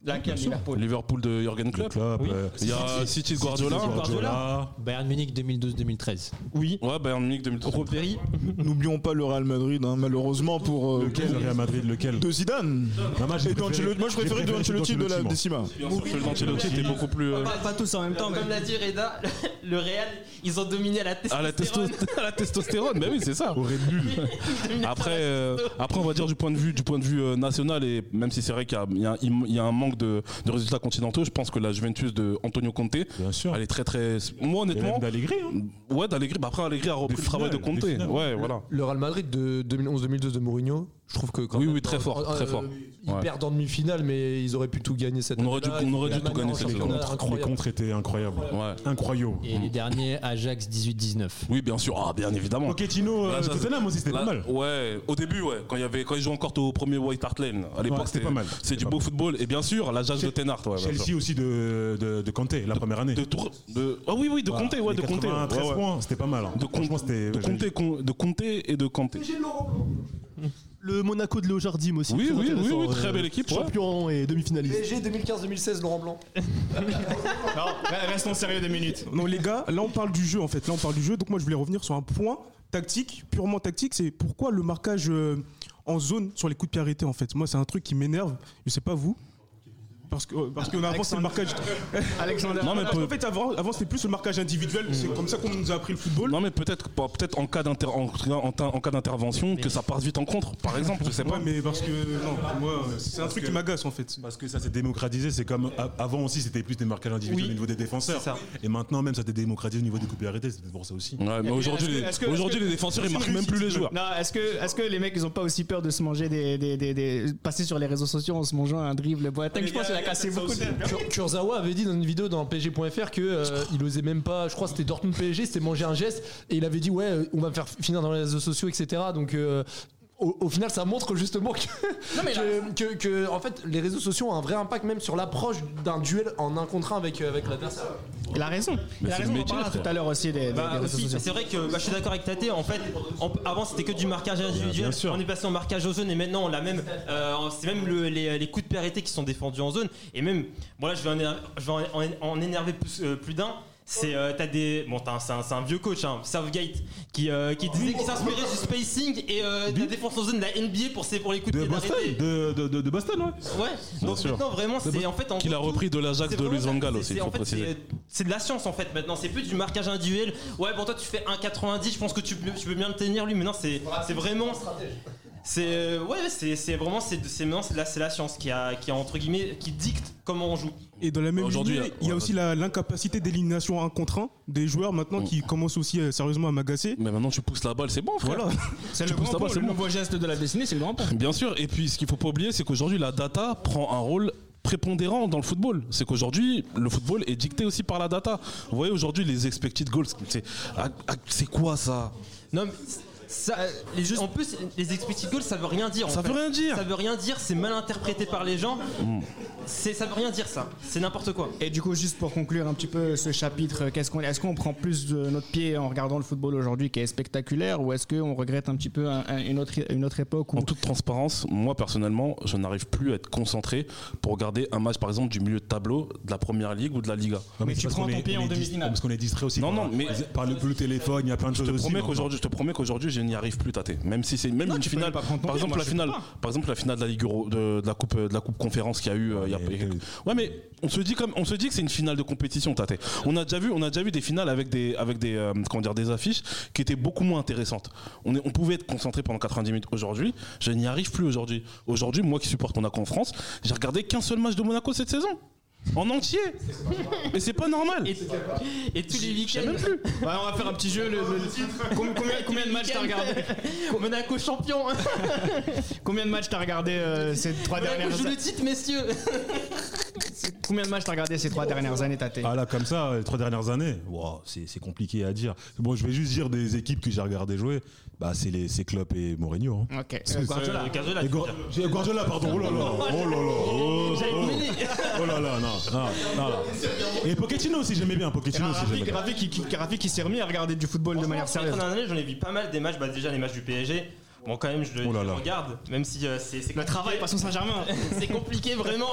[SPEAKER 2] Laquelle Liverpool.
[SPEAKER 4] Liverpool de Jurgen
[SPEAKER 5] Le
[SPEAKER 4] Klopp.
[SPEAKER 5] club. euh,
[SPEAKER 4] Il y a City de Guardiola.
[SPEAKER 3] City de
[SPEAKER 5] Guardiola.
[SPEAKER 7] Bayern Munich 2012-2013.
[SPEAKER 3] Oui.
[SPEAKER 4] Ouais, Bayern Munich 2003.
[SPEAKER 3] Robéry,
[SPEAKER 6] N'oublions pas le Real Madrid, hein, malheureusement pour euh,
[SPEAKER 5] Lequel le Real Madrid, lequel
[SPEAKER 6] de Zidane.
[SPEAKER 5] Non, moi, j'ai
[SPEAKER 6] Et
[SPEAKER 5] préféré-
[SPEAKER 6] d'Ancelotti- moi, je préférais
[SPEAKER 5] j'ai
[SPEAKER 6] de Ancelotti de la
[SPEAKER 5] moi.
[SPEAKER 6] Décima.
[SPEAKER 4] Bien sûr, que Ancelotti était beaucoup plus. euh,
[SPEAKER 2] Pas, pas tous en même temps, mais
[SPEAKER 3] comme l'a dit Reda, le Real, ils ont dominé à la tête.
[SPEAKER 4] À Ah, la, testo- à la testostérone, bah oui, c'est ça.
[SPEAKER 5] Au Red Bull.
[SPEAKER 4] Après, euh, après, on va dire du point de vue, du point de vue euh, national, et même si c'est vrai qu'il y a- il y, a- il y a un manque de, de résultats continentaux, je pense que la Juventus de Antonio Conte,
[SPEAKER 5] Bien sûr.
[SPEAKER 4] elle est très très. Moi,
[SPEAKER 5] Et même
[SPEAKER 4] honnêtement,
[SPEAKER 5] d'Allegri. hein.
[SPEAKER 4] ouais, d'Allegri, bah après, Allegri a repris
[SPEAKER 5] Des
[SPEAKER 4] le travail de
[SPEAKER 5] finales,
[SPEAKER 4] Conte.
[SPEAKER 5] des finales.
[SPEAKER 4] Ouais, voilà.
[SPEAKER 9] Le Real Madrid de 2011-2012 de Mourinho, je trouve que quand
[SPEAKER 4] Oui,
[SPEAKER 9] même- Euh,
[SPEAKER 4] oui, très fort, très fort.
[SPEAKER 9] Ils
[SPEAKER 4] Ouais.
[SPEAKER 9] perdent en demi-finale, mais ils auraient pu tout gagner cette
[SPEAKER 4] On aurait dû-
[SPEAKER 9] année-là.
[SPEAKER 4] on aurait dû
[SPEAKER 9] La
[SPEAKER 4] tout gagner
[SPEAKER 9] manière
[SPEAKER 4] cette
[SPEAKER 9] en
[SPEAKER 5] Les
[SPEAKER 4] saison.
[SPEAKER 9] championnat,
[SPEAKER 5] contres, les
[SPEAKER 9] incroyable.
[SPEAKER 5] contres étaient incroyables.
[SPEAKER 4] Ouais.
[SPEAKER 5] Incroyable.
[SPEAKER 7] Et les derniers, Ajax 18-19.
[SPEAKER 4] Oui, bien sûr. Ah, bien évidemment.
[SPEAKER 5] Pochettino,
[SPEAKER 4] Là,
[SPEAKER 5] euh,
[SPEAKER 4] ça,
[SPEAKER 5] Tottenham aussi, c'était
[SPEAKER 4] Là,
[SPEAKER 5] pas mal.
[SPEAKER 4] Ouais, au début, ouais, quand il y avait, quand ils jouaient encore au premier White Hart Lane, à l'époque,
[SPEAKER 5] Ouais, c'était
[SPEAKER 4] c'était
[SPEAKER 5] pas mal.
[SPEAKER 4] C'est
[SPEAKER 5] C'était
[SPEAKER 4] du
[SPEAKER 5] pas
[SPEAKER 4] beau
[SPEAKER 5] mal.
[SPEAKER 4] football et bien sûr la jage de Tenart, ouais. bien sûr.
[SPEAKER 5] Chelsea aussi de, de, de Kanté, la première année.
[SPEAKER 4] De tour, de ah oui oui de Conte, ouais, de Conte, ouais,
[SPEAKER 5] 13
[SPEAKER 4] ouais.
[SPEAKER 5] points, c'était pas mal. hein.
[SPEAKER 4] De
[SPEAKER 5] Franchement,
[SPEAKER 4] Conte,
[SPEAKER 5] c'était.
[SPEAKER 4] de Conte, con- de Conte et de Kanté.
[SPEAKER 10] Le Monaco de Léo Jardim aussi.
[SPEAKER 4] Oui,
[SPEAKER 10] très
[SPEAKER 4] oui, oui,
[SPEAKER 10] intéressant,
[SPEAKER 4] oui, très
[SPEAKER 10] euh,
[SPEAKER 4] belle équipe, ouais.
[SPEAKER 10] Champion et demi-finaliste.
[SPEAKER 9] PSG 2015-2016, Laurent Blanc.
[SPEAKER 2] Non, re- restons sérieux deux minutes.
[SPEAKER 11] Non les gars, là on parle du jeu en fait, là on parle du jeu, donc moi je voulais revenir sur un point tactique, purement tactique, c'est pourquoi le marquage euh, en zone sur les coups de pied arrêtés en fait. Moi c'est un truc qui m'énerve, je sais pas vous. Parce que euh, parce qu'on avance c'est le marquage.
[SPEAKER 2] Alexander.
[SPEAKER 4] Non, mais
[SPEAKER 11] Parce qu'en fait avant, avant c'était plus le marquage individuel, c'est comme ça qu'on nous a appris le football.
[SPEAKER 4] Non mais peut-être pas- peut-être en cas d'inter- en, en- en cas d'intervention que ça parte vite en contre par exemple je sais pas
[SPEAKER 11] Ouais, mais parce que non, moi euh, c'est un truc qui m'agace en fait.
[SPEAKER 5] Parce que ça s'est démocratisé, c'est comme a- avant aussi, c'était plus des marquages individuels
[SPEAKER 11] Oui.
[SPEAKER 5] au niveau des défenseurs.
[SPEAKER 3] C'est ça.
[SPEAKER 5] Et maintenant même, ça s'est démocratisé au niveau des coupés arrêtés, c'est peut-être pour ça aussi.
[SPEAKER 4] Ouais, mais
[SPEAKER 2] est-ce
[SPEAKER 4] aujourd'hui les,
[SPEAKER 2] que- est-ce que- est-ce
[SPEAKER 4] aujourd'hui,
[SPEAKER 2] que-
[SPEAKER 4] les défenseurs ils
[SPEAKER 2] est-ce que
[SPEAKER 4] marquent même
[SPEAKER 2] réussite,
[SPEAKER 4] plus les joueurs
[SPEAKER 2] Non, est-ce que, est-ce que les mecs, ils ont pas aussi peur de se manger des, des, des, des- passer sur les réseaux sociaux en se mangeant un dribble Boateng Je pense qu'il a cassé beaucoup de.
[SPEAKER 9] Kur- Kurzawa avait dit dans une vidéo dans PSG.fr que euh, il osait même pas, je crois que c'était Dortmund PSG, c'était manger un geste et il avait dit ouais, euh, on va me faire finir dans les réseaux sociaux, etc. Donc euh, au, au final, ça montre justement que, que, que- que, en fait les réseaux sociaux ont un vrai impact même sur l'approche d'un duel en un contre un avec euh, avec l'adversaire.
[SPEAKER 2] Il a raison. Il a
[SPEAKER 4] c'est
[SPEAKER 2] raison.
[SPEAKER 4] le
[SPEAKER 2] On en parlera
[SPEAKER 4] métier,
[SPEAKER 2] tout à l'heure aussi des, des-
[SPEAKER 4] Ah,
[SPEAKER 3] Bah,
[SPEAKER 2] des réseaux
[SPEAKER 3] aussi,
[SPEAKER 2] sociaux.
[SPEAKER 3] c'est vrai que bah, je suis d'accord avec Tate. En fait, on- avant c'était que du marquage individuel.
[SPEAKER 5] bien sûr.
[SPEAKER 3] On est passé en marquage en zone et maintenant on l'a même. euh, c'est même le- les, les coups de pied arrêtés qui sont défendus en zone. Et même, bon là, je vais en, éner- je vais en- en- en énerver plus, euh, plus d'un. C'est euh, t'as des bon t'as un- c'est un, c'est un vieux coach hein, Southgate qui euh, qui disait qu'il s'inspirait du spacing et euh, de la défense en zone de la NBA pour ses pour les coups de
[SPEAKER 5] De
[SPEAKER 3] pied
[SPEAKER 5] Boston
[SPEAKER 3] arrêtés.
[SPEAKER 5] de, de, de- de Boston, ouais.
[SPEAKER 3] Ouais. Donc
[SPEAKER 4] sûr.
[SPEAKER 3] maintenant vraiment c'est en fait en
[SPEAKER 4] qu'il a
[SPEAKER 3] gros, tout-
[SPEAKER 4] repris de l'Ajax
[SPEAKER 3] c'est
[SPEAKER 4] de
[SPEAKER 3] vraiment
[SPEAKER 4] Luis
[SPEAKER 3] ça,
[SPEAKER 4] Van Gaal
[SPEAKER 3] c'est-
[SPEAKER 4] aussi
[SPEAKER 3] c'est-
[SPEAKER 4] il faut
[SPEAKER 3] en fait,
[SPEAKER 4] préciser
[SPEAKER 3] c'est- euh, C'est de la science en fait maintenant, c'est plus du marquage individuel. Ouais, pour toi tu fais 1,90, je pense que tu, peux- tu peux bien le tenir lui, mais non, c'est c'est vraiment. C'est euh, ouais, c'est c'est vraiment c'est c'est maintenant c'est la c'est la science qui a qui a entre guillemets qui dicte comment on joue.
[SPEAKER 11] Et dans la même
[SPEAKER 4] Aujourd'hui,
[SPEAKER 11] lignée,
[SPEAKER 4] là,
[SPEAKER 11] il y a
[SPEAKER 4] ouais,
[SPEAKER 11] aussi la- l'incapacité d'élimination un contre un des joueurs maintenant qui commencent aussi euh, sérieusement à m'agacer.
[SPEAKER 4] mais maintenant tu pousses la balle c'est bon frère
[SPEAKER 11] Voilà.
[SPEAKER 2] C'est
[SPEAKER 4] tu
[SPEAKER 2] le
[SPEAKER 4] pousses
[SPEAKER 2] grand
[SPEAKER 4] la balle,
[SPEAKER 2] pont,
[SPEAKER 4] c'est
[SPEAKER 2] le
[SPEAKER 4] bon.
[SPEAKER 2] nouveau geste de la destinée, c'est le grand pont.
[SPEAKER 4] Bien sûr, et puis ce qu'il faut pas oublier, c'est qu'aujourd'hui la data prend un rôle prépondérant dans le football. C'est qu'aujourd'hui le football est dicté aussi par la data. Vous voyez aujourd'hui les expected goals, c'est ah, ah, c'est quoi ça
[SPEAKER 3] Non, mais ça euh, les jeux- en plus les expected goals ça veut rien dire en
[SPEAKER 4] Ça
[SPEAKER 3] fait.
[SPEAKER 4] veut rien dire. Hmm.
[SPEAKER 3] Ça veut rien dire, c'est mal interprété par les gens. C'est ça veut rien dire ça. C'est n'importe quoi.
[SPEAKER 2] Et du coup, juste pour conclure un petit peu ce chapitre, qu'est-ce qu'on, est-ce qu'on prend plus de notre pied en regardant le football aujourd'hui qui est spectaculaire ou est-ce qu'on regrette un petit peu un- un- une, autre, une autre époque où
[SPEAKER 4] En toute transparence, moi personnellement, je n'arrive plus à être concentré pour regarder un match par exemple du milieu de tableau de la première ligue ou de la Liga.
[SPEAKER 5] Non,
[SPEAKER 2] Mais
[SPEAKER 5] c'est
[SPEAKER 2] tu
[SPEAKER 5] parce
[SPEAKER 2] prends
[SPEAKER 5] qu'on
[SPEAKER 2] ton
[SPEAKER 5] est-
[SPEAKER 2] pied
[SPEAKER 5] on
[SPEAKER 2] en
[SPEAKER 5] est dis-
[SPEAKER 2] demi-finale.
[SPEAKER 5] Parce qu'on est distrait aussi.
[SPEAKER 4] Non,
[SPEAKER 5] par-
[SPEAKER 4] non, mais-
[SPEAKER 5] Par le, le téléphone, il y a plein de choses
[SPEAKER 4] Je te
[SPEAKER 5] aussi.
[SPEAKER 4] promets
[SPEAKER 5] maintenant.
[SPEAKER 4] qu'aujourd'hui, je te promets qu'aujourd'hui, je n'y arrive plus tâter. Même si c'est même
[SPEAKER 2] Non,
[SPEAKER 4] une
[SPEAKER 2] tu peux
[SPEAKER 4] finale,
[SPEAKER 2] même pas prendre ton
[SPEAKER 4] par
[SPEAKER 2] pied,
[SPEAKER 4] exemple
[SPEAKER 2] moi,
[SPEAKER 4] la
[SPEAKER 2] je
[SPEAKER 4] finale,
[SPEAKER 2] sais
[SPEAKER 4] par exemple la finale de la Ligue Euro, de, de la coupe, de la coupe conférence qu'il y a eu. euh, il y a-
[SPEAKER 5] mais t'es-
[SPEAKER 4] Ouais, mais on se dit comme, on se dit que c'est une finale de compétition tâter. On a déjà vu, on a déjà vu des finales avec des, avec des, euh, comment dire, des affiches qui étaient beaucoup moins intéressantes. On est, on pouvait être concentré pendant 90 minutes. Aujourd'hui, je n'y arrive plus aujourd'hui. Aujourd'hui, moi qui supporte Monaco en France, j'ai regardé qu'un seul match de Monaco cette saison. En entier Et c'est pas normal
[SPEAKER 3] Et, et tous les week-ends.
[SPEAKER 2] Bah, on va faire un petit jeu. le- le- com- combien, combien de matchs t'as regardé
[SPEAKER 3] Monaco champion. hein.
[SPEAKER 2] Combien de matchs t'as regardé euh, ces trois
[SPEAKER 3] Monaco
[SPEAKER 2] dernières
[SPEAKER 3] joue le
[SPEAKER 2] années
[SPEAKER 3] titre, messieurs.
[SPEAKER 2] Combien de matchs t'as regardé ces trois dernières années, Tate
[SPEAKER 5] Ah là, comme ça, les trois dernières années, wow, c'est c'est compliqué à dire. Bon, je vais juste dire des équipes que j'ai regardé jouer. Bah, c'est les- c'est Klopp et Mourinho. hein.
[SPEAKER 2] Ok. euh, Guardiola.
[SPEAKER 3] Euh, Guardiola,
[SPEAKER 5] Et Gor- j'ai- Guardiola, pardon. Oh là là. Oh là là. Oh,
[SPEAKER 3] J'allais te
[SPEAKER 5] oh.
[SPEAKER 3] mêler.
[SPEAKER 5] Oh là là, non, non, non, non. Et Pochettino aussi, j'aimais bien. Pochettino aussi, j'aimais
[SPEAKER 2] Rafik,
[SPEAKER 5] bien.
[SPEAKER 2] Rafik, qui- qui- Rafik qui s'est remis à regarder du football de manière
[SPEAKER 3] Franchement,
[SPEAKER 2] sérieuse.
[SPEAKER 3] sur les trois dernières années, J'en ai vu pas mal des matchs, bah déjà les matchs du PSG. Bon, quand même, je le
[SPEAKER 5] Oh là
[SPEAKER 3] je le
[SPEAKER 5] là.
[SPEAKER 3] regarde, même si euh, c'est c'est
[SPEAKER 2] Le
[SPEAKER 3] compliqué.
[SPEAKER 2] travail, passons Saint-Germain.
[SPEAKER 3] C'est compliqué vraiment.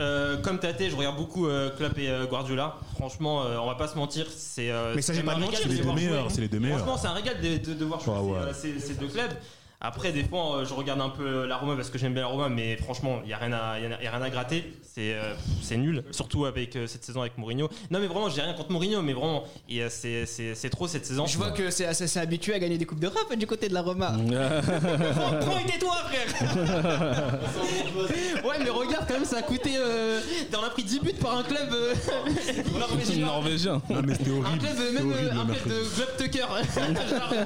[SPEAKER 3] Euh, comme Tate, je regarde beaucoup euh, Klopp et euh, Guardiola. Franchement, euh, on va pas se mentir, c'est. euh,
[SPEAKER 2] Mais ça, j'ai
[SPEAKER 3] c'est
[SPEAKER 2] pas
[SPEAKER 3] un
[SPEAKER 2] de
[SPEAKER 3] régal
[SPEAKER 2] mentir,
[SPEAKER 5] C'est
[SPEAKER 3] de
[SPEAKER 5] les deux
[SPEAKER 3] voir jouer.
[SPEAKER 5] meilleurs. C'est les deux meilleurs.
[SPEAKER 3] Franchement, c'est un régal de, de, de voir jouer
[SPEAKER 5] Ah ouais.
[SPEAKER 3] ces, euh, ces- ces deux clubs. Après, des fois, euh, je regarde un peu la Roma parce que j'aime bien la Roma, mais franchement, il n'y a, rien à- y a- y a rien à gratter. C'est euh, pff, c'est nul, surtout avec euh, cette saison avec Mourinho. Non, mais vraiment, j'ai rien contre Mourinho, mais vraiment, et, euh, c'est- c'est c'est trop cette saison.
[SPEAKER 2] Je vois que c'est assez c'est habitué à gagner des coupes d'Europe du côté de la Roma. Prends prends une toi frère.
[SPEAKER 3] Ouais, mais regarde quand même, ça a coûté. euh, on a pris 10 buts par un club euh, norvégien.
[SPEAKER 4] Norvégien
[SPEAKER 5] Non, mais c'était
[SPEAKER 3] Un
[SPEAKER 5] horrible.
[SPEAKER 3] club,
[SPEAKER 5] C'était
[SPEAKER 3] même
[SPEAKER 5] horrible
[SPEAKER 3] euh,
[SPEAKER 5] le
[SPEAKER 3] un club
[SPEAKER 5] mercredi.
[SPEAKER 3] de Club Tucker.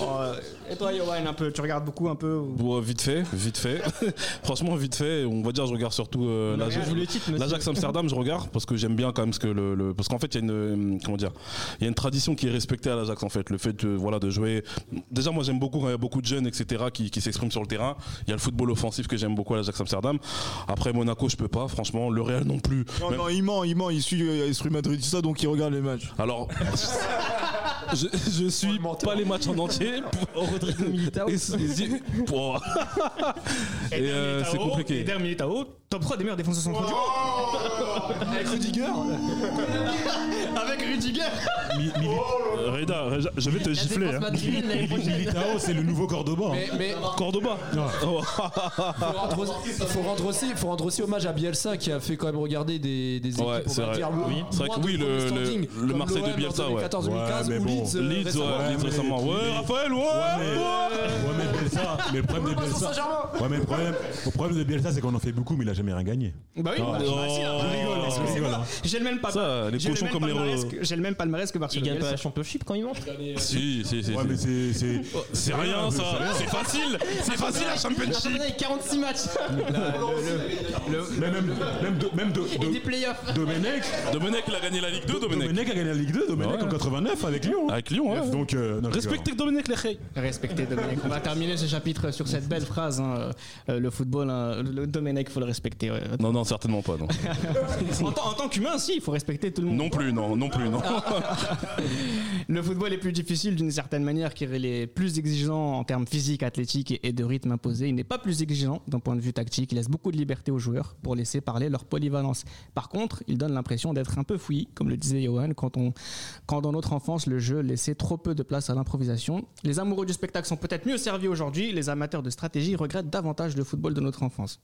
[SPEAKER 2] Oh, euh, et toi, Yoann, un peu,
[SPEAKER 4] Euh,
[SPEAKER 2] tu regardes beaucoup un peu. ou-
[SPEAKER 4] Bon, vite fait, vite fait. Franchement, vite fait. On va dire, je regarde surtout euh,
[SPEAKER 3] Mais
[SPEAKER 4] l'Ajax.
[SPEAKER 3] joue le titre, monsieur.
[SPEAKER 4] L'Ajax Amsterdam, je regarde parce que j'aime bien quand même ce que le, le- parce qu'en fait, il y a une euh, comment dire, il y a une tradition qui est respectée à l'Ajax en fait. Le fait de voilà de jouer. Déjà, moi, j'aime beaucoup quand il y a beaucoup de jeunes, etc. qui, qui s'expriment sur le terrain. Il y a le football offensif que j'aime beaucoup à l'Ajax Amsterdam. Après, Monaco, je peux pas. Franchement, le Real non plus.
[SPEAKER 6] Non,
[SPEAKER 4] Même-
[SPEAKER 6] non, il ment, il ment, il suit euh, Esprit Madridista, donc il regarde les matchs.
[SPEAKER 4] Alors, je, je suis pas les matchs en entier. Au
[SPEAKER 3] Rodrigo Militao.
[SPEAKER 4] Et, c'est- et- pour- Et, euh, c'est compliqué.
[SPEAKER 2] Eder Militao, top 3 des meilleurs défenseurs centraux du monde. Avec Rudiger Avec Rudiger
[SPEAKER 4] Oh Reda, Reda, je vais te
[SPEAKER 2] La
[SPEAKER 4] gifler.
[SPEAKER 2] défense
[SPEAKER 4] hein.
[SPEAKER 2] madrilène l'année prochaine.
[SPEAKER 5] Militao, c'est le nouveau Cordoba. hein.
[SPEAKER 4] Cordoba. Ah
[SPEAKER 9] Faut rendre aussi- faut rendre aussi, faut rendre aussi hommage à Bielsa qui a fait quand même regarder des, des équipes.
[SPEAKER 4] Ouais,
[SPEAKER 9] on
[SPEAKER 4] c'est
[SPEAKER 9] va
[SPEAKER 4] vrai.
[SPEAKER 9] dire,
[SPEAKER 4] Oui.
[SPEAKER 9] moins
[SPEAKER 4] C'est vrai que
[SPEAKER 9] de
[SPEAKER 4] oui, le-
[SPEAKER 9] premier
[SPEAKER 4] le-
[SPEAKER 9] standing,
[SPEAKER 4] le
[SPEAKER 9] comme
[SPEAKER 4] Marseille de
[SPEAKER 9] l'OM en
[SPEAKER 4] Bielsa, ouais.
[SPEAKER 9] 2014, 2015,
[SPEAKER 5] Ouais, mais
[SPEAKER 9] ou
[SPEAKER 5] bon.
[SPEAKER 9] Leeds, euh,
[SPEAKER 4] Leeds,
[SPEAKER 9] récemment.
[SPEAKER 4] ouais, Leeds récemment. Ouais, Raphaël, ouais,
[SPEAKER 5] mais- Ouais, mais Bielsa, mais le problème de
[SPEAKER 9] Vincent
[SPEAKER 5] Bielsa.
[SPEAKER 9] Saint-Germain.
[SPEAKER 5] Ouais, mais le problème, le problème de Bielsa, c'est qu'on en fait beaucoup, mais il a jamais rien gagné.
[SPEAKER 2] Bah oui,
[SPEAKER 5] Ah.
[SPEAKER 2] bah, je
[SPEAKER 4] Oh.
[SPEAKER 2] si, là, je rigole, excusez-moi. J'ai le même
[SPEAKER 4] Ça,
[SPEAKER 2] palmarès.
[SPEAKER 4] les
[SPEAKER 2] j'ai le
[SPEAKER 4] cochons
[SPEAKER 2] même
[SPEAKER 4] comme les
[SPEAKER 2] palmarès
[SPEAKER 4] re-
[SPEAKER 2] que- J'ai le même palmarès que
[SPEAKER 3] Il
[SPEAKER 2] Marcelo
[SPEAKER 3] gagne pas la
[SPEAKER 2] Bielsa.
[SPEAKER 3] championship quand il monte
[SPEAKER 4] Si, si, si.
[SPEAKER 5] Ouais, mais
[SPEAKER 4] si.
[SPEAKER 5] c'est. c'est-
[SPEAKER 4] C'est rien, ça. C'est facile. C'est facile, la
[SPEAKER 3] Championnat
[SPEAKER 4] championship.
[SPEAKER 3] avec 46 matchs
[SPEAKER 5] Mais même, même, de, même de,
[SPEAKER 3] et des
[SPEAKER 5] de-
[SPEAKER 3] playoffs.
[SPEAKER 5] Domenech,
[SPEAKER 4] Domenech, il a gagné la Ligue 2, Domenech.
[SPEAKER 5] Domenech a gagné la Ligue 2, Domenech
[SPEAKER 4] Ouais.
[SPEAKER 5] en 89 avec Lyon.
[SPEAKER 4] Avec Lyon, hein. ouais.
[SPEAKER 5] Donc, euh, non, je
[SPEAKER 4] Respectez Domenech, les Rey.
[SPEAKER 2] Respectez Dominique. On va terminer ce chapitre sur cette belle phrase. hein, euh, Le football, hein, le Dominique, faut le respecter. ouais.
[SPEAKER 4] Non, non, certainement pas, non.
[SPEAKER 2] En, tant- en tant qu'humain, si, il faut respecter tout le monde.
[SPEAKER 4] Non plus, non, non plus, non.
[SPEAKER 2] Le football est plus difficile d'une certaine manière, car il est plus exigeant en termes physiques, athlétiques et de rythme imposé. Il n'est pas plus exigeant d'un point de vue tactique. Il laisse beaucoup de liberté aux joueurs pour laisser parler leur polyvalence. Par contre, il donne l'impression d'être un peu fouillis, comme le disait Johan, quand, on, quand dans notre enfance, le jeu laissait trop peu de place à l'improvisation. Les amoureux du spectacle sont peut-être mieux servis aujourd'hui. Les amateurs de stratégie regrettent davantage le football de notre enfance.